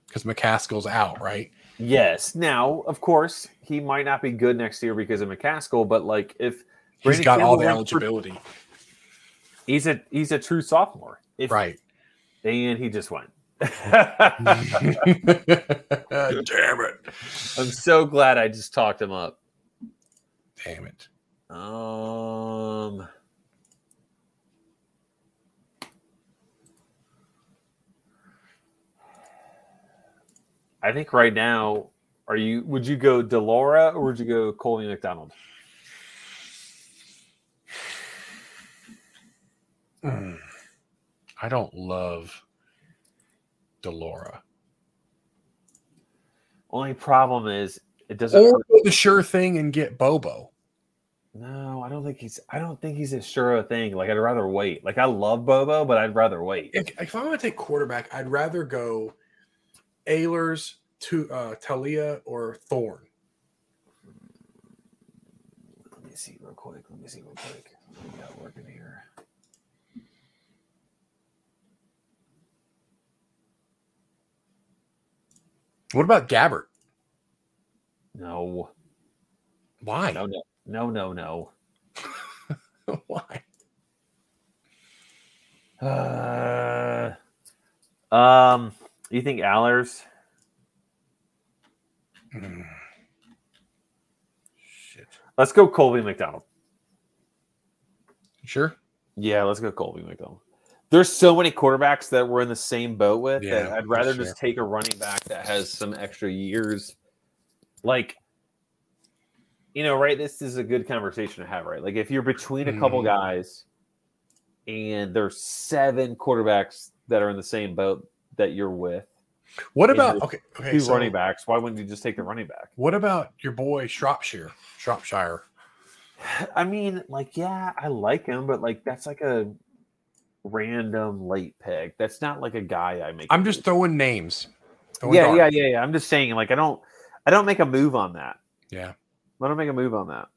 Because McCaskill's out, right? Yes. Now, of course, he might not be good next year because of McCaskill, but like if He's Brandon got all Campbell the went for- eligibility. he's a he's a true sophomore. If, Right. And he just went. Damn it. I'm so glad I just talked him up. Damn it. Um. I think right now, are you? Would you go Delora or would you go Coley McDonald? Mm. I don't love Delora. Only problem is it doesn't. Or hurt- go the sure thing and get Bobo. No, I don't think he's. I don't think he's a sure thing. Like I'd rather wait. Like I love Bobo, but I'd rather wait. if, if I'm going to take quarterback, I'd rather go Ehlers to uh, Talia or Thorne. Let me see real quick. Let me see real quick. What we got working here? What about Gabbert? No, Why? no, no, no, no, no. Why? Uh, um, you think Allers? Mm. Shit. Let's go Colby McDonald. Sure. Yeah, let's go Colby McDonald. There's so many quarterbacks that we're in the same boat with that Yeah, I'd rather that's just take a running back that has some extra years. Like, you know, right? This is a good conversation to have, right? Like, if you're between a couple Mhm. guys and there's seven quarterbacks that are in the same boat that you're with, What Is about it okay? Okay. two so running backs, why wouldn't you just take the running back? What about your boy Shropshire? Shropshire. I mean, like, yeah, I like him, but like, that's like a random late pick. That's not like a guy I make. I'm just throwing names. Going yeah, yeah, dark. yeah, yeah. I'm just saying, like, I don't, I don't make a move on that. Yeah. I don't make a move on that.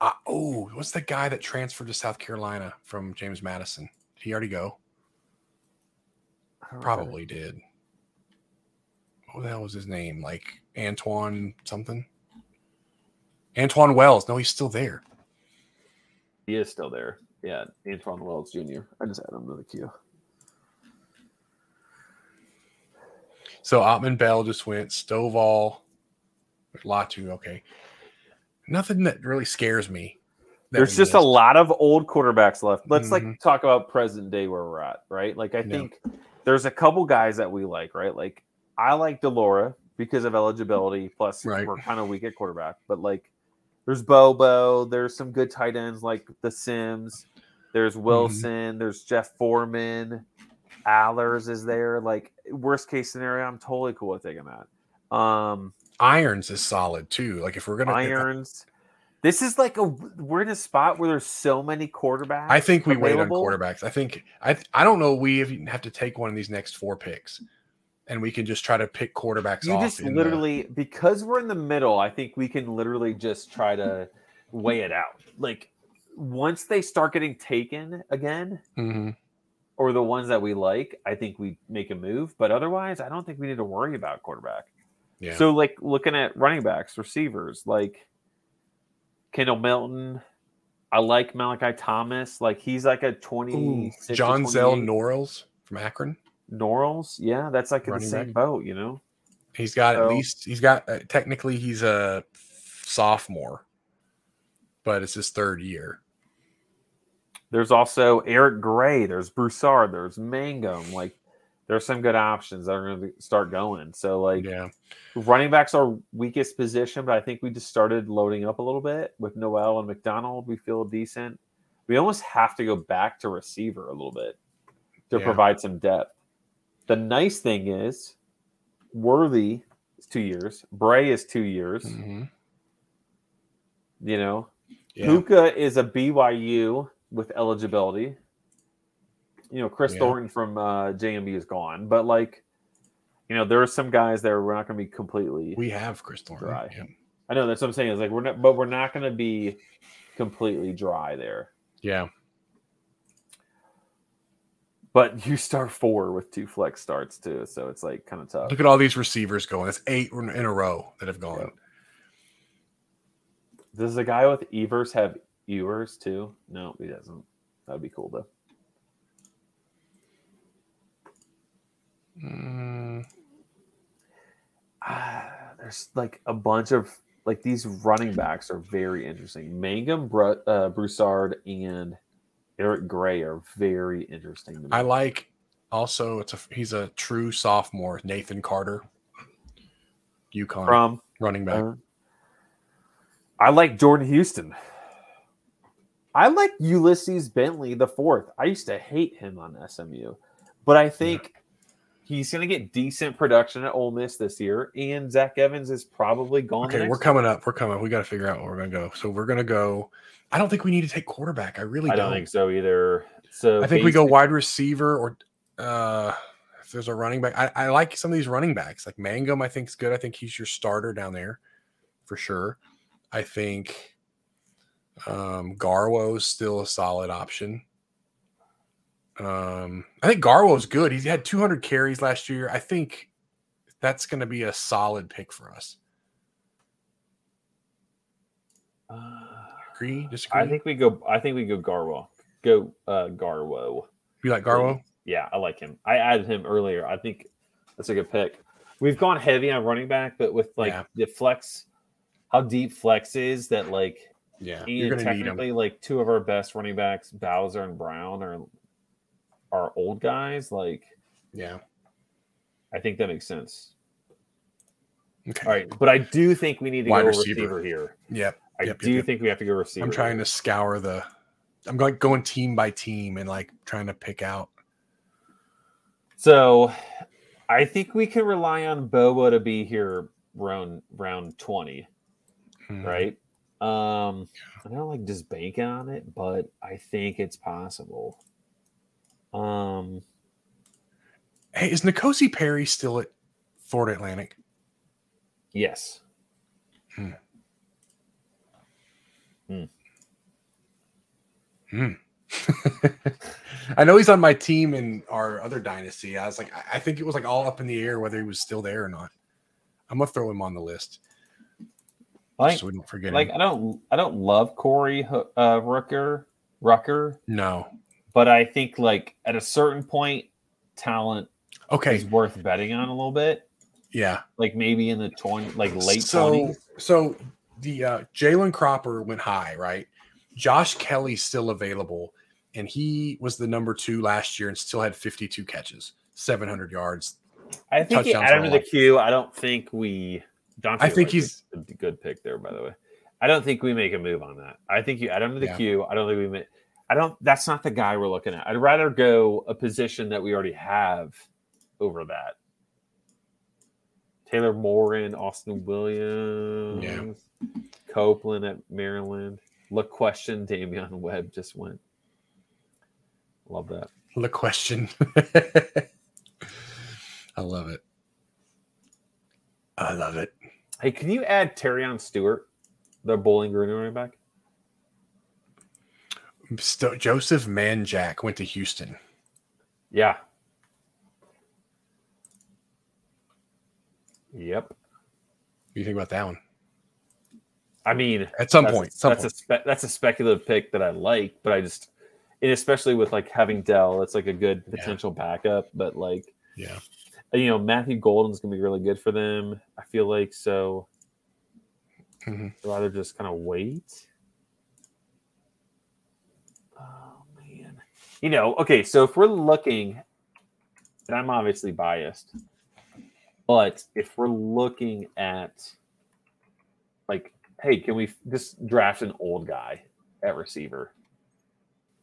Uh, oh, what's the guy that transferred to South Carolina from James Madison? Did he already go? I don't remember. Probably did. What the hell was his name? Like Antoine something? Antoine Wells. No, he's still there. He is still there. Yeah, Antoine Wells Jr. I just add him to the queue. So Ottman Bell just went. Stovall, Latu. Okay, nothing that really scares me. that There's we just a missed. lot of old quarterbacks left. Let's Mhm. like talk about present day where we're at, right? Like I Yeah. think there's a couple guys that we like, right? Like I like Delora because of eligibility, plus Right. we're kind of weak at quarterback, but like there's Bobo, there's some good tight ends like the Sims, there's Mm-hmm. Wilson, there's Jeff Foreman, Allers is there. Like worst case scenario, I'm totally cool with taking that. Um Irons is solid too. Like if we're gonna, if- irons. This is like a we're in a spot where there's so many quarterbacks. I think we wait on available. quarterbacks. I think I th- I don't know. We even have to take one of these next four picks, and we can just try to pick quarterbacks. You off just in the- literally because we're in the middle. I think we can literally just try to weigh it out. Like once they start getting taken again, Mhm. or the ones that we like, I think we make a move. But otherwise, I don't think we need to worry about quarterback. Yeah. So like looking at running backs, receivers, like Kendall Milton. I like Malachi Thomas. Like he's like a Ooh, twenty. John Zell Norrells from Akron. Norrells, yeah, that's like in the Running same back. boat, you know. He's got at So- least he's got uh, technically he's a sophomore, but it's his third year. There's also Eric Gray, there's Broussard, there's Mangum. Like, there's some good options that are going to start going. So, like, Yeah, running backs are weakest position, but I think we just started loading up a little bit with Noel and McDonald. We feel decent. We almost have to go back to receiver a little bit to Yeah. provide some depth. The nice thing is, Worthy is two years, Bray is two years. Mhm. You know, Mm-hmm. yeah. Puka is a BYU with eligibility. You know, Chris Yeah. Thornton from uh, JMB is gone, but like, you know, there are some guys there we're not going to be completely. We have Chris Thornton. Dry. Yeah. I know that's what I'm saying. Is like we're not, but we're not going to be completely dry there. yeah, But you start four with two flex starts too, so it's like kind of tough. look at all these receivers going. That's eight in in a row that have gone. Does the guy with Evers have Evers too? No, he doesn't. That'd be cool though. Mm, Ah, there's like a bunch of like these running backs are very interesting. Mangum, Bru- uh, Broussard, and Eric Gray are very interesting to me. I like also it's a he's a true sophomore. Nathan Carter, UConn from. running back. uh, I like Jordan Houston. I like Ulysses Bentley the fourth. I used to hate him on SMU, but I think he's going to get decent production at Ole Miss this year. And Zach Evans is probably gone. the okay, we're next coming up. We're coming. up. We got to figure out where we're gonna go. So we're gonna go. I don't think we need to take quarterback. I really I don't. don't think so either. So I think we go basic- wide receiver or uh if there's a running back. I, I like some of these running backs. Like Mangum, I think is good. I think he's your starter down there for sure. I think um Garwo's still a solid option. Um I think Garwo's good. He's had 200 carries last year. I think that's going to be a solid pick for us. Uh, Agree? Disagree? I think we go. I think we go Garwo. Go uh, Garwo. you like Garwo? Yeah, I like him. I added him earlier. I think that's a good pick. We've gone heavy on running back, but with like Yeah. the flex, how deep flex is that? Like, Yeah. You're and going to need him. technically, like two of our best running backs, Bowser and Brown, are are old guys. Like, Yeah. I think that makes sense. Okay. All right, but I do think we need to Wide go receiver. receiver. here. Yeah. I Yep, yep, do yep. think we have to go receiver. I'm trying to scour the. I'm going going team by team and like trying to pick out. So I think we can rely on Bobo to be here round round 20, Hmm. right? Um I don't like just banking on it, but I think it's possible. Um Um, Hey, is Nikosi Perry still at Florida Atlantic. Yes. Hmm. Hmm. Hmm. I know he's on my team in our other dynasty. I was like, I I think it was like all up in the air whether he was still there or not. I'm gonna throw him on the list Like, so we don't forget. like him. I don't, I don't love Corey Ho- uh, Rucker, Rucker, No, but I think like at a certain point, talent is okay, worth betting on a little bit. yeah. Like maybe in the twenty, like late so, twenties. So the uh, Jalen Cropper went high, right? Josh Kelly's still available, and he was the number two last year and still had 52 catches, 700 yards. I think he touchdowns added him were a to the lot. queue. I don't think we. Dante I think Wright he's- is a good pick there, by the way. I don't think we make a move on that. I think you add him to the Yeah. queue. I don't think we make. I don't. That's not the guy we're looking at. I'd rather go a position that we already have over that. Taylor Morin, Austin Williams, Copeland at Maryland. Look, question Damian Webb just went. Love that. The question. I love it. I love it. Hey, can you add Terion Stewart, the Bowling Green running back? Sto- Joseph Manjack went to Houston. Yeah. Yep. What do you think about that one? I mean, At some that's, point, some that's point. a spe- that's a speculative pick that I like, but I just, and especially with like having Dell, that's like a good Yeah. potential backup. But like, yeah. you know, Matthew Golden's gonna be really good for them. I feel like so. Mhm. I'd rather just kind of wait. Oh man, you know. Okay, so if we're looking, and I'm obviously biased, but if we're looking at, like, hey, can we f- just draft an old guy at receiver?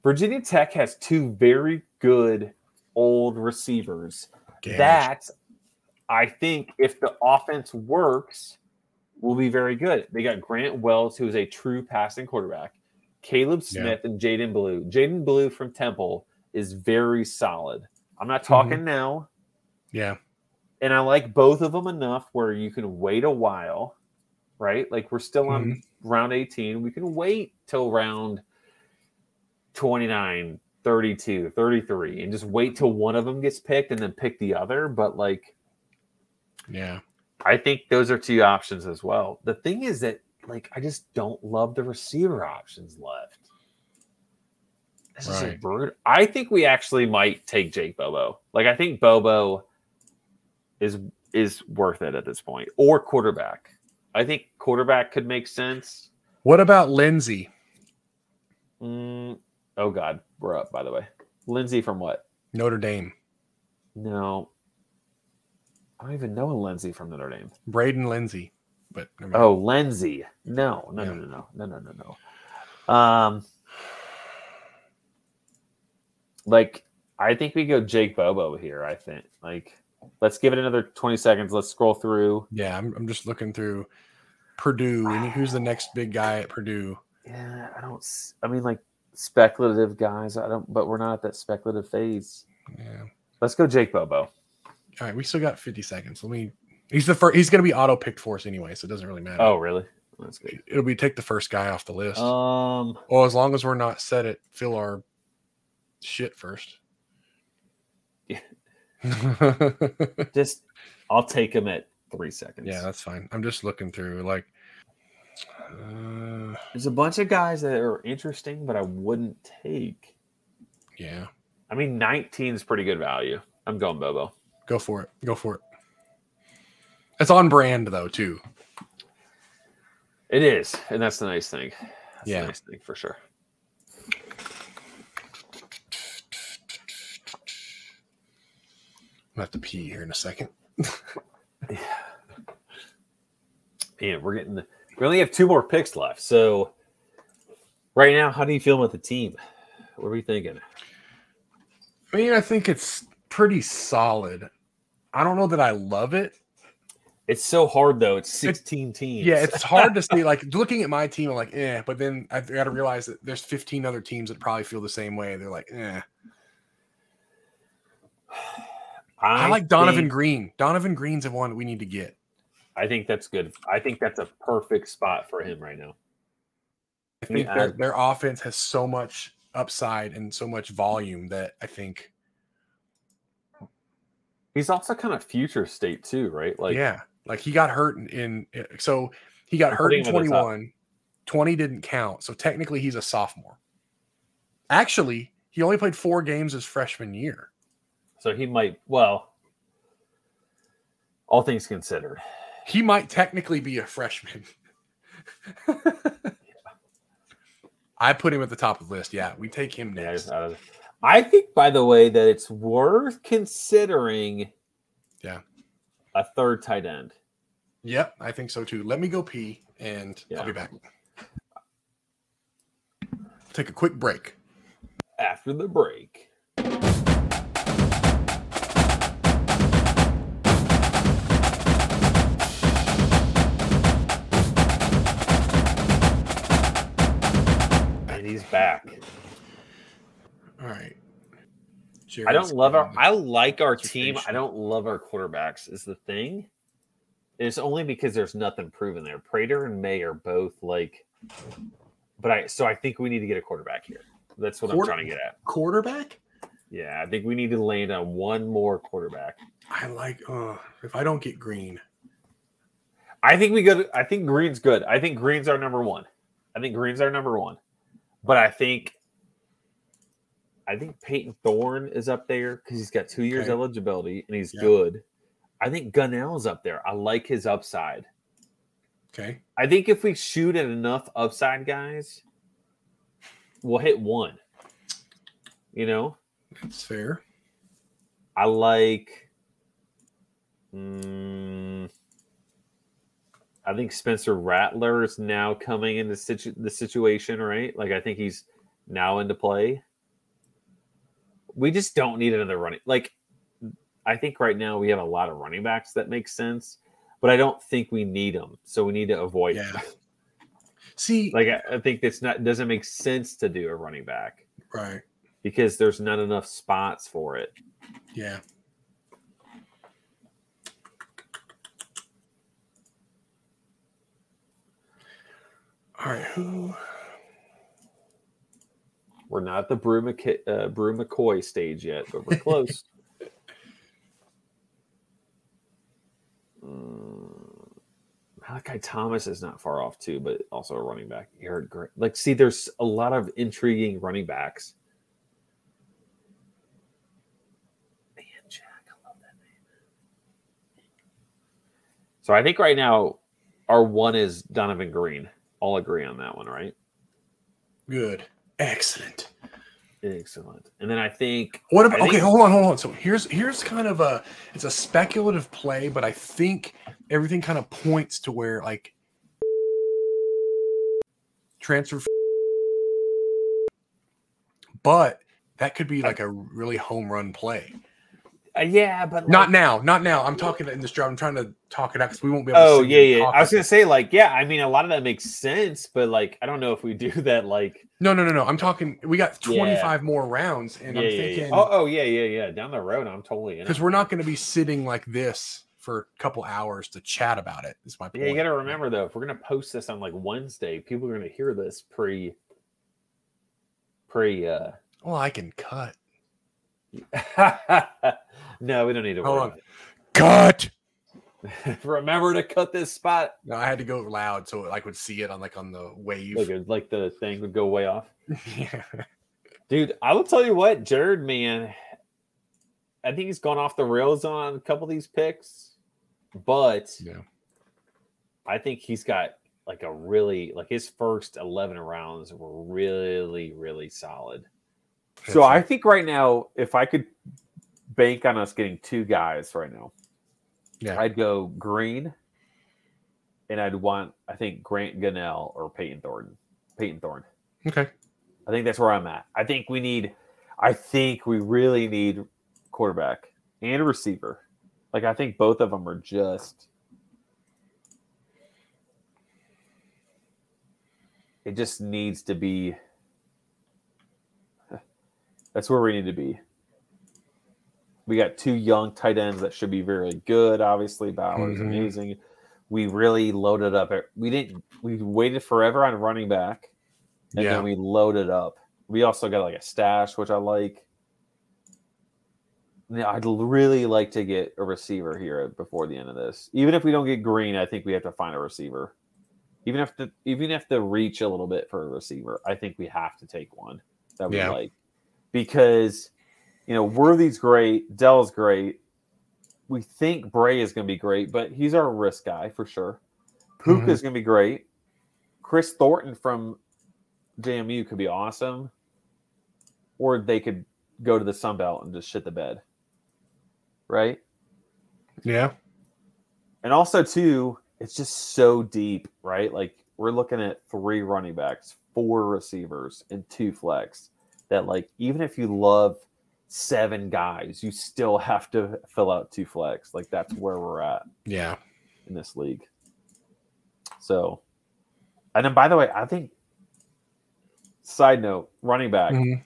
Virginia Tech has two very good old receivers Damage. that I think if the offense works, will be very good. They got Grant Wells, who is a true passing quarterback, Caleb Yeah. Smith, and Jaden Blue. Jaden Blue from Temple is very solid. I'm not talking Mm-hmm. now, yeah. and I like both of them enough where you can wait a while, right? Like we're still on Mhm. round 18. We can wait till round 29, 32, 33, and just wait till one of them gets picked and then pick the other. But like, Yeah. I think those are two options as well. The thing is that like I just don't love the receiver options left. This is a Right. bird. I think we actually might take Jake Bobo. Like I think Bobo is is worth it at this point. Or quarterback. I think quarterback could make sense. What about Lindsay? Mm, oh God, we're up by the way. Lindsay from what? Notre Dame? No. I don't even know a Lindsay from Notre Dame. Braden Lindsay. But I mean, Oh, Lindsay. No, no, no, Yeah. no, no, no, no, no, no. Um, like I think we go Jake Bobo here. I think like let's give it another twenty seconds. Let's scroll through. Yeah, I'm, I'm just looking through Purdue. And who's the next big guy at Purdue? Yeah, I don't. s- I mean, like speculative guys. I don't. But we're not at that speculative phase. Yeah. Let's go Jake Bobo. All right, we still got 50 seconds. Let me. He's the first. He's going to be auto picked for us anyway, so it doesn't really matter. Oh, really? That's good. It'll be take the first guy off the list. Oh, Um, well, as long as we're not set it, fill our shit first. Yeah. yeah, just I'll take him at three seconds. that's fine. I'm just looking through like. Uh, there's a bunch of guys that are interesting, but I wouldn't take. yeah, I mean, 19 is pretty good value. I'm going Bobo. go for it. Go for it. It's on brand though too. It is, and that's the nice thing. That's Yeah. the nice thing for sure. I'm gonna have to pee here in a second. Man, we're getting the, we only have two more picks left. So right now, how do you feel about the team? What are we thinking? I mean, I think it's pretty solid. I don't know that I love it. It's so hard though. It's 16 teams. Yeah, it's hard to see. Like looking at my team, I'm like, eh. But then I got to realize that there's 15 other teams that probably feel the same way. They're like, eh. I, like Donovan think- Green. Donovan Green's the one we need to get. I think that's good. I think that's a perfect spot for him right now. I Can you think their, add- their offense has so much upside and so much volume that I think, He's also kind of future state too, right? Like, yeah, like he got hurt in, in eh, so he got I'm hurt in putting him at the top. 21. 20 didn't count. So technically he's a sophomore. Actually, he only played four games his freshman year. So he might. Well, all things considered, He might technically be a freshman. I put him at the top of the list. Yeah, we take him Yeah, I next. just- uh, I was- I think, by the way, that it's worth considering. Yeah. A third tight end. Yep, I think so too. Let me go pee and I'll be back. Take a quick break. After the break. And he's back. All right. I don't Jared's love our. gone. I like our team. Situation. I don't love our quarterbacks. Is the thing. It's only because there's nothing proven there. Prater and May are both like, but I. So I think we need to get a quarterback here. That's what I'm Quarter- trying to get at. quarterback. Yeah, I think we need to land on one more quarterback. I like. Uh, if I don't get green, I think we go. to- I think Green's good. I think Green's our number one. I think Green's our number one. But I think, I think Peyton Thorne is up there because he's got two years Okay. eligibility and he's Yeah. good. I think Gunnell's up there. I like his upside. okay. I think if we shoot at enough upside guys, we'll hit one. You know, That's fair. I like. Mm, I think Spencer Rattler is now coming into situ- the situation, right? Like I think he's now into play. We just don't need another running. Like I think right now we have a lot of running backs that make sense, but I don't think we need them. So we need to avoid. Yeah. them. See, Like I, I think it's not doesn't make sense to do a running back right. because there's not enough spots for it. Yeah. All right. Who? We're not at the Brew, McK- uh, Brew McCoy stage yet, but we're close. Mm, Malachi Thomas is not far off too, but also a running back. Eric Gray. Like, see, there's a lot of intriguing running backs. Man, Jack, I love that name. So I think right now, our one is Donovan Green. All agree on that one, right? Good. Excellent. Excellent. And then I think What I about think- okay? Hold on, hold on. So here's here's kind of a it's a speculative play, but I think everything kind of points to where like transfer, f- but that could be like a really home run play. uh, yeah, but Not like- now, not now. I'm talking in this job. I'm trying to talk it out because we won't be. able to Oh sit yeah, here and yeah. talk I was about gonna say like yeah. I mean, a lot of that makes sense, but like I don't know if we do that. Like it. No, no, no, no. I'm talking. We got 25 more rounds, and yeah, I'm yeah, yeah. thinking Oh, oh yeah, yeah, yeah. Down the road, I'm totally in. because it. we're not going to be sitting like this for a couple hours to chat about it. Is my point. Yeah, you got to remember though. If we're gonna post this on like Wednesday, people are gonna hear this pre. Pre. uh Well, I can cut. No, we don't need to. Hold worry on. Cut. about it. Remember to cut this spot. No, I had to go loud so I could see it on like on the wave. Look, it- like the thing would go way off. yeah. Dude, I will tell you what, Jared, man, I think he's gone off the rails on a couple of these picks, but Yeah. I think he's got like a really like his first eleven rounds were really, really solid. So I think right now, if I could bank on us getting two guys right now, Yeah. I'd go Green, and I'd want I think Grant Gunnell or Peyton Thornton. Peyton Thorne. okay. I think that's where I'm at. I think we need. I think we really need quarterback and receiver. Like I think both of them are just. It just needs to be. That's where we need to be. We got two young tight ends that should be very good. Obviously, Bauer's Mhm. amazing. We really loaded up. At, we didn't. We waited forever on running back, and yeah. then we loaded up. We also got like a stash, which I like. Now, I'd l- really like to get a receiver here before the end of this. Even if we don't get Green, I think we have to find a receiver. Even if the even if the reach a little bit for a receiver, I think we have to take one that we Yeah. like because you know Worthy's great, Dell's great. We think Bray is going to be great, but he's our risk guy for sure. Puka is going to be great. Chris Thornton from JMU could be awesome, or they could go to the Sun Belt and just shit the bed, right? yeah. And also, too, it's just so deep, right? Like we're looking at three running backs, four receivers, and two flex. That like even if you love seven guys, you still have to fill out two flex. Like that's where we're at Yeah. in this league. So, and then by the way, I think. Side note: running back Mhm.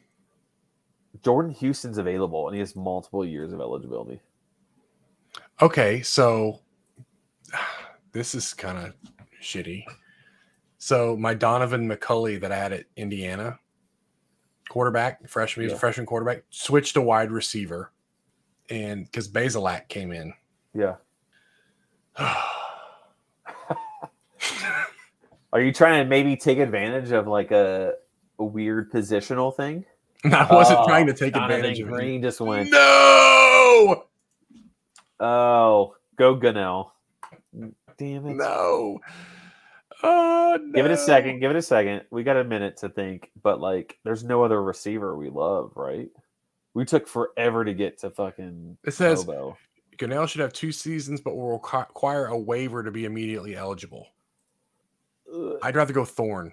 Jordan Houston's available, and he has multiple years of eligibility. Okay. So this is kind of shitty. So my Donovan McCulley that I had at Indiana, quarterback, freshman, he was a Yeah. freshman quarterback, switched to wide receiver, and because Basilak came in. Yeah. Are you trying to maybe take advantage of like a, a weird positional thing? I wasn't Oh, trying to take Donovan advantage of it. Green just went. No, Oh, go Gunnell! Damn it! no. Oh, Give it a no. second. Give it a second. We got a minute to think, but like, there's no other receiver we love, right? We took forever to get to fucking It says Bobo. Gunnell should have two seasons, but will requ- require a waiver to be immediately eligible. Ugh, I'd rather go Thorn.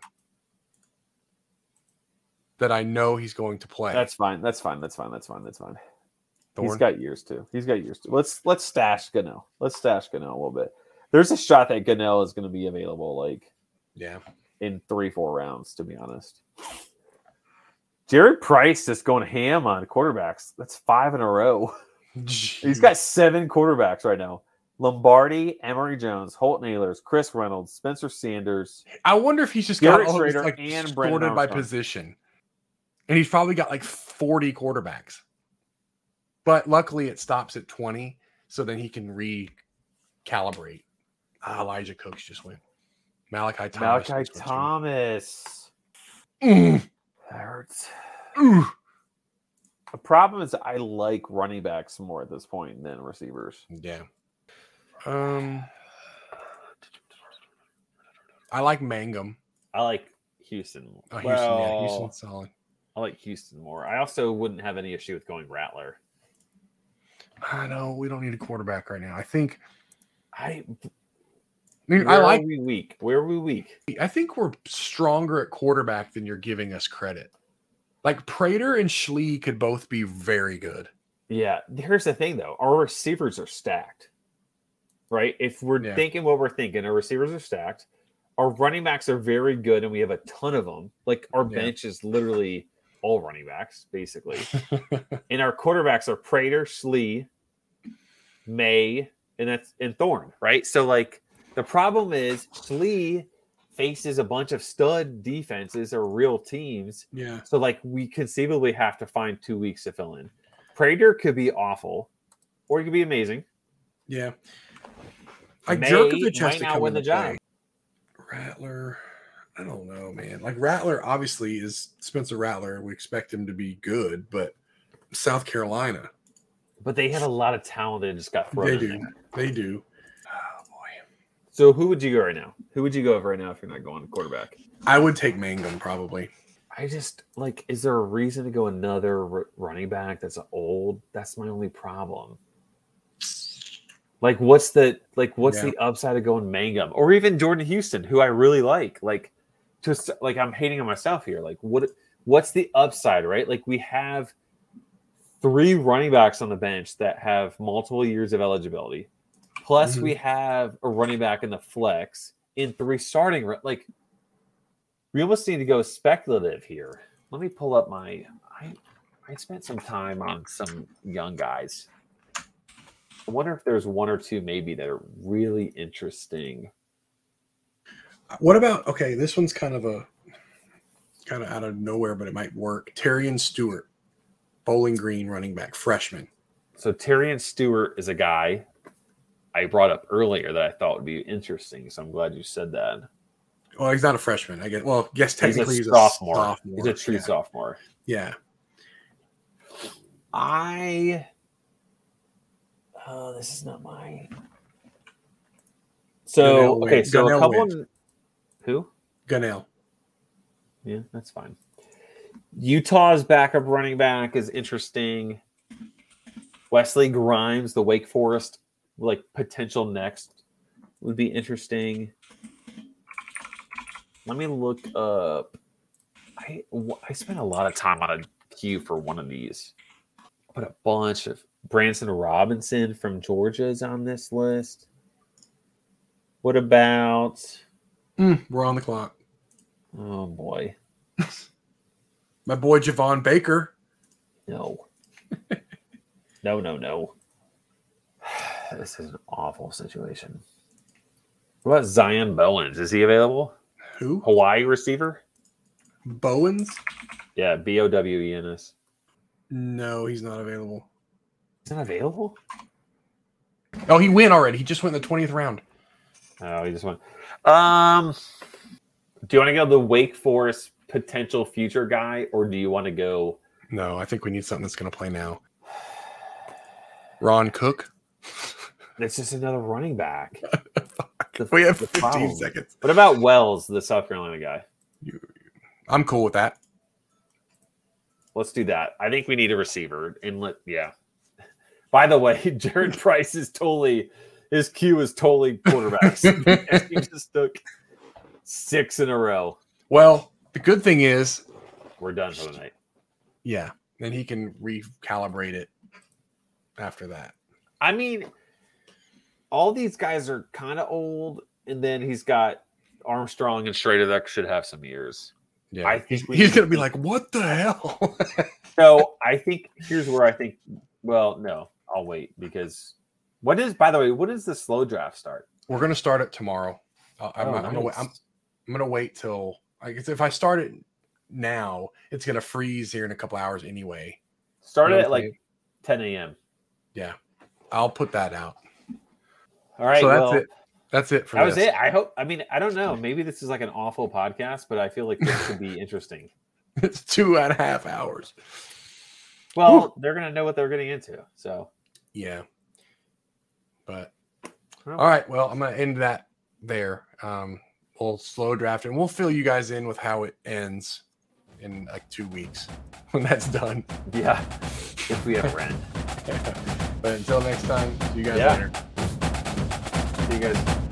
That I know he's going to play. That's fine. That's fine. That's fine. That's fine. That's fine. He's Thorn. got years too. He's got years too. Let's let's stash Gunnell. Let's stash Gunnell a little bit. There's a shot that Gunnell is going to be available like yeah. in three four rounds. To be honest, Jared Price is going ham on quarterbacks. That's five in a row. He's got seven quarterbacks right now. Lombardi, Emory Jones, Holt Naylors, Chris Reynolds, Spencer Sanders. I wonder if he's just got Garrett all of this, Schrader like and sorted Brandon by Armstrong. position, and he's probably got like forty quarterbacks. But luckily, it stops at twenty, so then he can recalibrate. Ah, Elijah Cooks just went. Malachi Thomas. Malachi just went too. Thomas. Mm, That hurts. ooh. The problem is I like running backs more at this point than receivers. Yeah. Um, I like Mangum. I like Houston. Oh, Houston, yeah, well, Houston's solid. I like Houston more. I also wouldn't have any issue with going Rattler. I know we don't need a quarterback right now. I think. I I, mean, I where like. are we weak? Where are we weak? I think we're stronger at quarterback than you're giving us credit. Like Prater and Schlee could both be very good. Yeah. Here's the thing though. Our receivers are stacked. Right? If we're Yeah. thinking what we're thinking, our receivers are stacked. Our running backs are very good and we have a ton of them. Like our Yeah. bench is literally all running backs, basically. and our quarterbacks are Prater, Slee, May, and that's and Thorne, right? So like the problem is Slee faces a bunch of stud defenses or real teams Yeah. So like we conceivably have to find two weeks to fill in. Prater could be awful, or he could be amazing. Yeah. Like May Jerkovich has might to not come win in the and play. job. Rattler, I don't know, man. Like Rattler obviously is Spencer Rattler. We expect him to be good, but South Carolina, But they have a lot of talent that just got thrown they in do, there. they do. Oh boy, So who would you go right now? Who would you go over right now if you're not going quarterback? I would take Mangum probably. I just like, is there a reason to go another r- running back that's old? That's my only problem. Like, what's the like, what's Yeah. the upside of going Mangum or even Jordan Houston, who I really like? Like, just like I'm hating on myself here. Like, what what's the upside, right? Like, we have three running backs on the bench that have multiple years of eligibility. Plus, Mhm. we have a running back in the flex in three starting. ru- Like, we almost need to go speculative here. Let me pull up my. I I spent some time on some young guys. I wonder if there's one or two maybe that are really interesting. What about okay? This one's kind of a kind of out of nowhere, but it might work. Terry and Stewart, Bowling Green running back, freshman. So Terry and Stewart is a guy I brought up earlier that I thought would be interesting. So I'm glad you said that. Well, he's not a freshman. I guess. Well, yes, technically he's a sophomore. He's a true yeah. sophomore. Yeah. I. Oh, this is not my. So Gunnell okay, wins. so a Gunnell couple. wins. Who? Gunnell. Yeah, that's fine. Utah's backup running back is interesting. Wesley Grimes, the Wake Forest, like potential next would be interesting. Let me look up. I wh- I spent a lot of time on a queue for one of these. Put a bunch of Branson Robinson from Georgia is on this list. What about? Mm, we're on the clock. Oh boy, My boy Javon Baker. No. no, no, no. This is an awful situation. What about Zion Bowens? Is he available? Who? Hawaii receiver? Bowens? Yeah, B O W E N S. No, he's not available. Is that available? Oh, he went already. He just went in the twentieth round. Oh, he just went. Um, do you want to go the Wake Forest potential future guy, or do you want to go? No, I think we need something that's going to play now. Ron Cook. It's just another running back. The- We have the 15 problem. seconds. What about Wells, the South Carolina guy? I'm cool with that. Let's do that. I think we need a receiver. And let yeah. By the way, Jared Price is totally his cue is totally quarterbacks. he just took six in a row. Well, the good thing is, We're done for the night. yeah, then he can recalibrate it after that. I mean, all these guys are kind of old, and then he's got Armstrong and Schrader that should have some years. Yeah, I think we he's need- going to be like, "What the hell?" No, I think here's where I think. Well, no, I'll wait because what is by the way, what is the slow draft start? We're going to start it tomorrow. Uh, I'm, Oh, I'm gonna wait, nice. I'm, I'm gonna wait till I guess if I start it now, it's gonna freeze here in a couple hours anyway. Start You it know at what I'm like 10 a.m. I'll put that out. All right. so that's well, it. That's it for That was this. it. I hope. I mean, I don't know. Maybe this is like an awful podcast, but I feel like this could be interesting. It's two and a half hours. Well, they're gonna know what they're getting into. So Yeah. But Well. all right, well, I'm gonna end that there. Um, we'll slow draft and we'll fill you guys in with how it ends in like two weeks when that's done. yeah, if we have rent, but until next time, see you guys Yeah. later. see you guys.